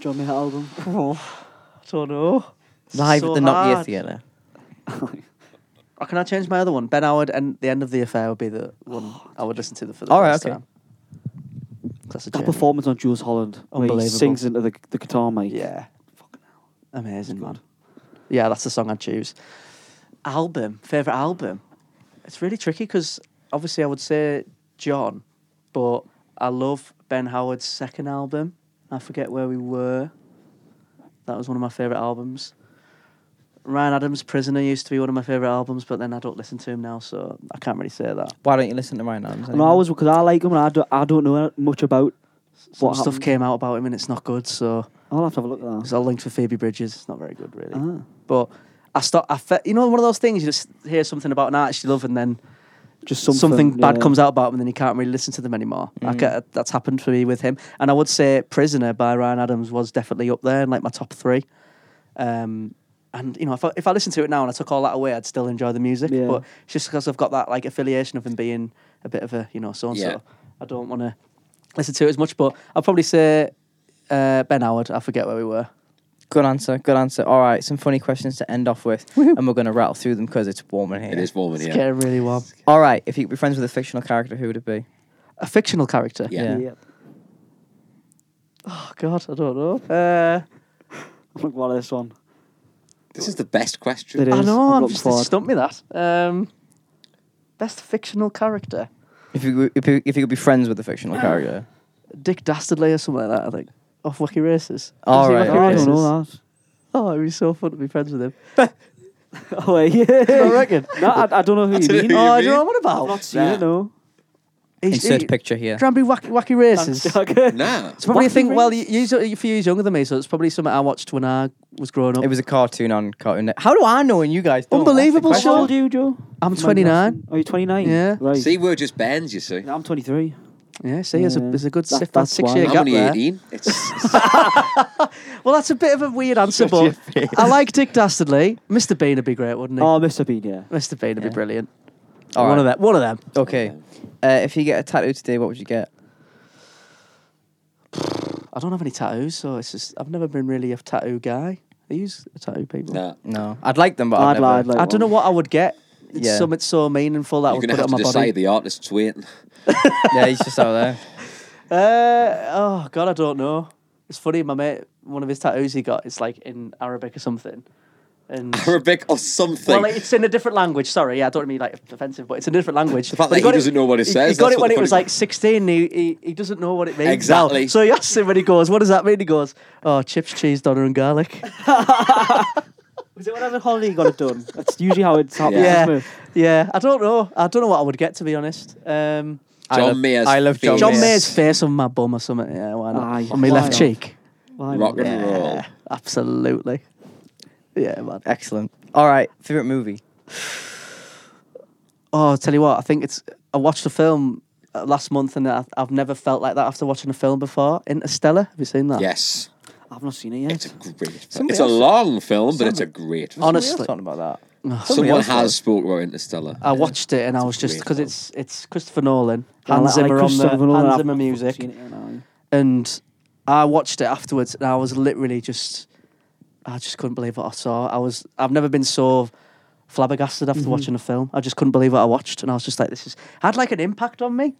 Speaker 3: John Mayer album.
Speaker 4: Oh, I don't know.
Speaker 1: Live
Speaker 4: so
Speaker 1: at the Not Yet
Speaker 4: hard.
Speaker 1: Theatre.
Speaker 4: Oh, can I change my other one? Ben Howard and the end of the affair would be the one I would listen to the for the
Speaker 1: All right,
Speaker 4: first
Speaker 1: okay.
Speaker 4: time. That's a
Speaker 3: That
Speaker 4: journey.
Speaker 3: performance on Jules Holland, where he
Speaker 4: Unbelievable.
Speaker 3: sings into the, the guitar mic.
Speaker 4: Yeah. Amazing, man. Yeah, that's the song I'd choose. Album, favourite album. It's really tricky because obviously I would say John, but I love Ben Howard's second album. I forget where we were. That was one of my favourite albums. Ryan Adams' Prisoner used to be one of my favourite albums, but then I don't listen to him now, so I can't really say that.
Speaker 1: Why don't you listen to Ryan Adams?
Speaker 3: And I
Speaker 1: anymore?
Speaker 3: was because I like him, and I don't, I don't know much about.
Speaker 4: Some
Speaker 3: What
Speaker 4: stuff
Speaker 3: happened?
Speaker 4: came out about him and it's not good, so
Speaker 3: I'll have to have a look at
Speaker 4: It's
Speaker 3: that.
Speaker 4: all linked for Phoebe Bridges. It's not very good, really.
Speaker 3: Ah.
Speaker 4: But I start. I fe- you know one of those things. You just hear something about an artist you love, and then
Speaker 3: Just something,
Speaker 4: something, bad
Speaker 3: yeah. Mm.
Speaker 4: comes out about them, and then you can't really listen to them anymore. Like, uh, that's happened for me with him. And I would say "Prisoner" by Ryan Adams was definitely up there in like my top three. Um, and you know, if I, if I listened to it now and I took all that away, I'd still enjoy the music.
Speaker 3: Yeah.
Speaker 4: But it's just because I've got that like affiliation of him being a bit of a you know so and
Speaker 2: Yeah.
Speaker 4: so, I don't want to listen to it as much. But I'll probably say uh, Ben Howard. I forget where we were.
Speaker 1: Good answer. Good answer. All right. Some funny questions to end off with. And we're going to rattle through them because it's warm in here.
Speaker 2: It is warm in
Speaker 4: It's
Speaker 2: here.
Speaker 4: getting really warm.
Speaker 1: All right. If you could be friends with a fictional character, who would it be?
Speaker 4: A fictional character.
Speaker 2: Yeah.
Speaker 1: Yeah.
Speaker 3: Yeah.
Speaker 4: Oh God, I don't know. Uh,
Speaker 3: I'm looking forward to this one.
Speaker 2: This is the best question.
Speaker 3: It is.
Speaker 4: I know.
Speaker 3: I'm
Speaker 4: I'm
Speaker 3: looking
Speaker 4: just
Speaker 3: forward.
Speaker 4: stumped me that. Um, best fictional character,
Speaker 1: If you, could- if you if you could be friends with a fictional
Speaker 4: Ah.
Speaker 1: character,
Speaker 4: Dick Dastardly or something like that. I think off Wacky Races.
Speaker 1: All
Speaker 4: Does he
Speaker 1: right,
Speaker 4: like
Speaker 3: Oh, I
Speaker 1: It
Speaker 3: don't
Speaker 1: is.
Speaker 3: know that.
Speaker 4: Oh, it'd be so fun to be friends with him.
Speaker 3: Oh, wait, yeah.
Speaker 4: I reckon.
Speaker 3: no, I, I don't know who you mean.
Speaker 2: Who
Speaker 4: oh,
Speaker 2: you
Speaker 4: do you know
Speaker 2: mean?
Speaker 4: what about?
Speaker 3: I've not seen it, no.
Speaker 4: He's-
Speaker 1: insert
Speaker 4: he-
Speaker 1: picture here.
Speaker 4: Do you remember wacky, wacky Races?
Speaker 3: Thanks,
Speaker 4: It's
Speaker 3: Jack.
Speaker 2: Nah.
Speaker 4: probably a
Speaker 3: Wacky
Speaker 4: thing. Well, you,
Speaker 3: Races.
Speaker 4: you, you, for you, younger than me, so it's probably something I watched when I was growing up.
Speaker 1: It was a cartoon on Cartoon Network. How do I know and you guys don't?
Speaker 4: Unbelievable
Speaker 1: That's the
Speaker 3: How old are
Speaker 1: question.
Speaker 3: you, Joe?
Speaker 4: I'm
Speaker 3: If you mind me
Speaker 4: 29.
Speaker 3: asking. Are you 29?
Speaker 4: Yeah.
Speaker 3: Right.
Speaker 2: See, we're just bands, you see.
Speaker 3: No, I'm 23.
Speaker 4: yeah, see, there's a,
Speaker 3: Yeah.
Speaker 4: there's a good
Speaker 3: That-
Speaker 4: six,
Speaker 3: that's
Speaker 4: six
Speaker 3: why.
Speaker 4: year
Speaker 2: I'm
Speaker 4: gap
Speaker 2: only
Speaker 4: there.
Speaker 2: 18. It's,
Speaker 4: Well, that's a bit of a weird answer, but I like Dick Dastardly. Mr. Bean would be great, wouldn't he?
Speaker 3: Oh, Mr. Bean, yeah.
Speaker 4: Mr. Bean would be brilliant.
Speaker 1: All
Speaker 4: One
Speaker 1: right.
Speaker 4: of them. One of them.
Speaker 1: Okay. Uh, if you get a tattoo today, what would you get?
Speaker 4: I don't have any tattoos, so it's just I've never been really a tattoo guy. Are you s- tattoo people?
Speaker 2: nah.
Speaker 1: No, I'd like them, but I'd,
Speaker 3: I'd
Speaker 1: never.
Speaker 3: li- I'd like-
Speaker 4: I don't know what I would get. It's
Speaker 1: Yeah.
Speaker 4: something so meaningful that I
Speaker 2: You're
Speaker 4: would
Speaker 2: going to
Speaker 4: put it
Speaker 2: have
Speaker 4: on
Speaker 2: to
Speaker 4: my
Speaker 2: decide
Speaker 4: body.
Speaker 2: the artist's waiting.
Speaker 1: Yeah, he's just out there.
Speaker 4: Uh, oh God, I don't know. It's funny, my mate. One of his tattoos he got, it's like in Arabic or something, and.
Speaker 2: Arabic or something.
Speaker 4: Well, it's in a different language. Sorry, yeah, I don't mean like offensive, but it's in a different language. The
Speaker 2: fact that he doesn't know what it
Speaker 4: He
Speaker 2: says,
Speaker 4: got
Speaker 2: that's
Speaker 4: it
Speaker 2: what the
Speaker 4: when it was
Speaker 2: funny-
Speaker 4: like sixteen. He, he he doesn't know what it means. now.
Speaker 2: Exactly.
Speaker 4: So he asks him when he goes, "What does that mean?" He goes, "Oh, chips, cheese, doner, and garlic."
Speaker 3: Was it when I was on holiday you got it done? That's usually how it's happened.
Speaker 2: Yeah.
Speaker 3: isn't
Speaker 4: yeah,
Speaker 3: it?
Speaker 4: yeah. I don't know. I don't know what I would get to be honest. Um,
Speaker 1: I
Speaker 2: John
Speaker 1: love,
Speaker 2: Mayer's
Speaker 1: I love John,
Speaker 2: face.
Speaker 4: John
Speaker 1: Mayer.
Speaker 4: Mayer's face on my bum or something. Yeah, why not?
Speaker 3: Aye,
Speaker 4: on my
Speaker 3: why
Speaker 4: left
Speaker 3: not?
Speaker 4: cheek.
Speaker 3: Why
Speaker 2: Rock
Speaker 3: not?
Speaker 2: and roll.
Speaker 4: Absolutely. Yeah, man.
Speaker 1: Excellent. All right. Favorite movie.
Speaker 4: Oh, I'll tell you what, I think it's. I watched a film uh, last month and I, I've never felt like that after watching a film before. Interstellar. Have you seen that?
Speaker 2: Yes.
Speaker 3: I've not seen it yet.
Speaker 2: It's a great film.
Speaker 1: Somebody
Speaker 2: It's a
Speaker 1: else-
Speaker 2: long film, but it's a great
Speaker 4: Oh,
Speaker 1: Somebody
Speaker 2: film.
Speaker 1: else
Speaker 4: Honestly,
Speaker 1: talking about that.
Speaker 2: Someone
Speaker 1: else
Speaker 2: has
Speaker 1: was.
Speaker 2: spoke about Interstellar.
Speaker 4: Oh, I watched it and I was
Speaker 2: a
Speaker 4: just
Speaker 2: great
Speaker 4: because
Speaker 2: film.
Speaker 4: it's it's Christopher Nolan,
Speaker 3: I like-
Speaker 4: Hans
Speaker 3: I like
Speaker 4: Zimmer on the
Speaker 3: Christopher Nolan, I've
Speaker 4: Hans
Speaker 3: not
Speaker 4: Zimmer
Speaker 3: fucking
Speaker 4: music,
Speaker 3: seen it yet, no.
Speaker 4: and I watched it afterwards and I was literally just, I just couldn't believe what I saw. I was I've never been so
Speaker 3: Mm-hmm.
Speaker 4: flabbergasted after watching a film. I just couldn't believe what I watched and I was just like, this is had like an impact on me.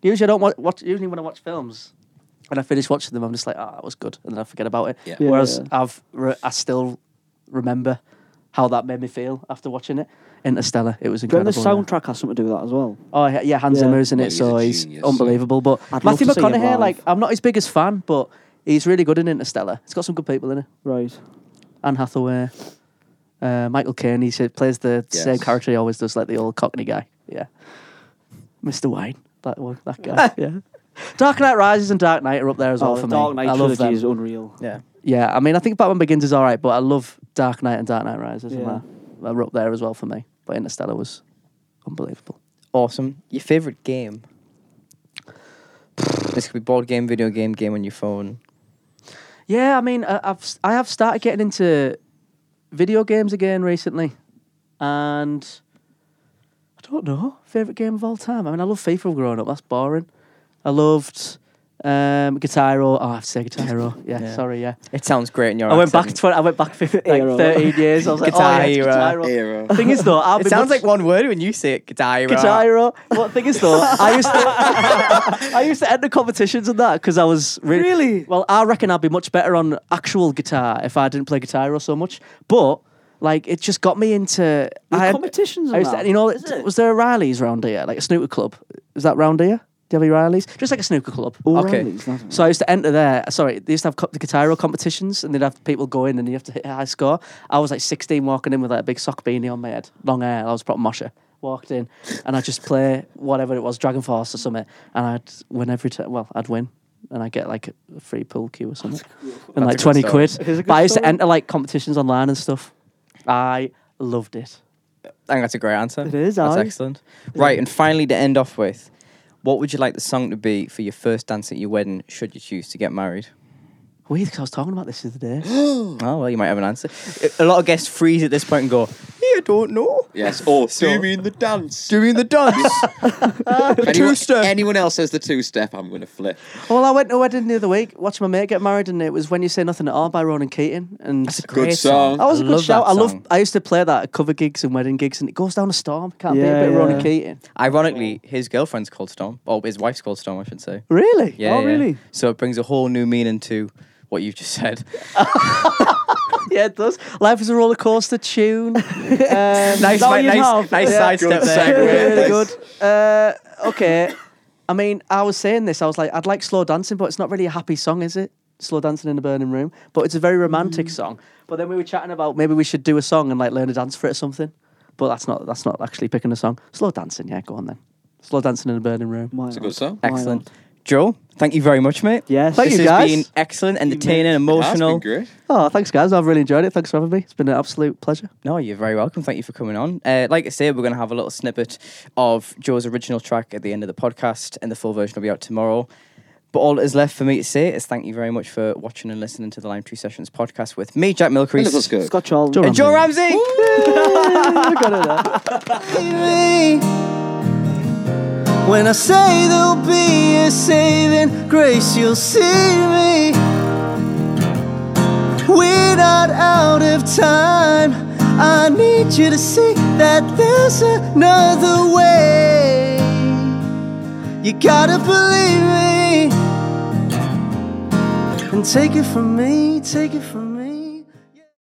Speaker 4: Usually, I don't watch, watch. Usually, when I watch films and I finish watching them, I'm just like, oh, that was good, and then I forget about it.
Speaker 2: Yeah.
Speaker 3: Yeah,
Speaker 4: Whereas
Speaker 3: yeah.
Speaker 4: I've re- I still remember how that made me feel after watching it. Interstellar, it was
Speaker 3: Don't
Speaker 4: incredible.
Speaker 3: the
Speaker 4: yeah.
Speaker 3: soundtrack has something to do with that as well.
Speaker 4: Oh yeah, yeah, Hans
Speaker 3: Yeah.
Speaker 4: Zimmer's in
Speaker 2: Well,
Speaker 4: it,
Speaker 2: he's
Speaker 4: so
Speaker 2: a
Speaker 4: he's
Speaker 2: genius, yeah.
Speaker 4: unbelievable. But
Speaker 3: I'd love
Speaker 4: Matthew
Speaker 3: to see him
Speaker 4: McConaughey,
Speaker 3: live.
Speaker 4: like, I'm not his biggest fan, but he's really good in Interstellar. It's got some good people in it.
Speaker 3: Right.
Speaker 4: Anne Hathaway, uh, Michael Caine. He said- plays the
Speaker 2: Yes.
Speaker 4: same character he always does, like the old Cockney guy. Yeah, Mr. Wayne, that one, that guy. yeah. Dark Knight Rises and Dark Knight are up there as well
Speaker 3: Oh, the
Speaker 4: for
Speaker 3: Dark
Speaker 4: me.
Speaker 3: Knight
Speaker 4: I love
Speaker 3: trilogy
Speaker 4: them.
Speaker 3: is unreal.
Speaker 1: Yeah.
Speaker 4: Yeah, I mean, I think Batman Begins is all right, but I love Dark Knight and Dark Knight Rises,
Speaker 3: Yeah.
Speaker 4: and they're, they're up there as well for me. But Interstellar was unbelievable.
Speaker 1: Awesome. Your favorite game? this could be board game, video game, game on your phone.
Speaker 4: Yeah, I mean, I, I've s- I have started getting into video games again recently, and I don't know favorite game of all time. I mean, I love FIFA growing up. That's boring. I loved um, Guitar Hero. Oh, I have to say Guitar Hero. Yeah,
Speaker 1: Yeah.
Speaker 4: sorry. Yeah,
Speaker 1: It sounds great in your.
Speaker 4: I went back.
Speaker 1: accent.
Speaker 4: Tw- I went back fif- like
Speaker 3: Hero.
Speaker 4: thirteen years. I was like,
Speaker 1: Guitar
Speaker 4: oh, yeah, it's
Speaker 1: Hero.
Speaker 4: Guitar Hero.
Speaker 2: Era.
Speaker 4: Thing is though, I've
Speaker 1: It
Speaker 4: been
Speaker 1: sounds
Speaker 4: much-
Speaker 1: like one word when you say it. Guitar.
Speaker 4: Guitar Hero. Well, the thing is though, I used to I used to enter competitions and that because I was really,
Speaker 3: Really?
Speaker 4: well. I reckon I'd be much better on actual guitar if I didn't play Guitar Hero so much. But like, it just got me into
Speaker 3: The
Speaker 4: I had-
Speaker 3: competitions
Speaker 4: I
Speaker 3: and
Speaker 4: used to-
Speaker 3: that,
Speaker 4: you know,
Speaker 3: is it?
Speaker 4: was there a Riley's round here, like a snooker club? Is that round here? Do you have any Riley's? Just like a snooker club.
Speaker 1: Okay.
Speaker 4: So I used to enter there. Sorry, they used to have co- the guitar hero competitions, and they'd have people go in, and you have to hit a high score. I was like 16, walking in with like a big sock beanie on my head, long hair. I was a proper mosher. Walked in, and I'd just play whatever it was, Dragon Force or something, and I'd win every time. Well, I'd win, and I'd get like a free pool cue or something, and like
Speaker 1: That's a good
Speaker 4: 20
Speaker 1: story.
Speaker 4: quid.
Speaker 3: Here's a
Speaker 4: But I
Speaker 3: good
Speaker 4: used to
Speaker 3: story.
Speaker 4: enter like competitions online and stuff. I loved it.
Speaker 1: I think that's a great answer.
Speaker 3: It is,
Speaker 1: That's
Speaker 3: aye.
Speaker 1: excellent. Right, and finally to end off with, what would you like the song to be for your first dance at your wedding? Should you choose to get married?
Speaker 4: Weird, 'cause I was talking about this the other day.
Speaker 1: Oh well, you might have an answer. A lot of guests freeze at this point and go, "Yeah, I don't know."
Speaker 2: Yes. Oh,
Speaker 1: So-
Speaker 2: do you mean the dance?
Speaker 1: Doing the dance.
Speaker 2: If anyone,
Speaker 1: two-step.
Speaker 2: anyone else says the two step, I'm going to flip.
Speaker 4: well, I went to a wedding the other week, watched my mate get married, and it was When You Say Nothing at All by Ronan Keating. And
Speaker 2: Good song.
Speaker 4: That was a good
Speaker 1: love
Speaker 4: shout.
Speaker 1: that
Speaker 4: I love.
Speaker 1: song.
Speaker 4: I used to play that at cover gigs and wedding gigs, and it goes down a storm. Can't be a
Speaker 3: Yeah,
Speaker 4: bit of Ronan
Speaker 3: yeah.
Speaker 4: Keating.
Speaker 1: Ironically, his girlfriend's called Storm, or his wife's called Storm, I should say.
Speaker 4: Really?
Speaker 1: Yeah.
Speaker 3: Oh,
Speaker 1: yeah.
Speaker 3: really?
Speaker 1: So it brings a whole new meaning to what you've just said.
Speaker 4: Yeah, it does. Life is a roller coaster tune. Um,
Speaker 1: nice,
Speaker 4: that one you
Speaker 1: nice,
Speaker 4: have.
Speaker 1: nice
Speaker 4: Yeah.
Speaker 1: sidestep
Speaker 2: Good
Speaker 1: there.
Speaker 2: segue.
Speaker 4: really
Speaker 2: Nice.
Speaker 4: good. Uh, okay. I mean, I was saying this. I was like, I'd like slow dancing, but it's not really a happy song, is it? Slow dancing in a burning room, but it's a very
Speaker 1: Mm.
Speaker 4: romantic song. But then we were chatting about maybe we should do a song and like learn a dance for it or something. But that's not that's not actually picking a song. Slow dancing, yeah. Go on then. Slow dancing in a burning room.
Speaker 2: It's a good song.
Speaker 1: Excellent. Joe, thank you very much, mate.
Speaker 3: Yes.
Speaker 4: Thank
Speaker 1: this
Speaker 4: you,
Speaker 1: has
Speaker 4: guys.
Speaker 1: been excellent, entertaining,
Speaker 2: That's been
Speaker 1: emotional.
Speaker 2: great.
Speaker 4: Oh, thanks, guys. I've really enjoyed it. Thanks for having me. It's been an absolute pleasure.
Speaker 1: No, you're very welcome. Thank you for coming on. Uh, like I say, we're going to have a little snippet of Joe's original track at the end of the podcast, and the full version will be out tomorrow. But all that is left for me to say is thank you very much for watching and listening to the Lime Tree Sessions podcast with me, Jack Milcrease,
Speaker 2: Let's go.
Speaker 3: Scott Charlton.
Speaker 4: Joe
Speaker 1: and Joe Ramsey.
Speaker 6: When I say there'll be a saving grace, you'll see me. We're not out of time. I need you to see that there's another way. You gotta believe me. And take it from me, take it from me.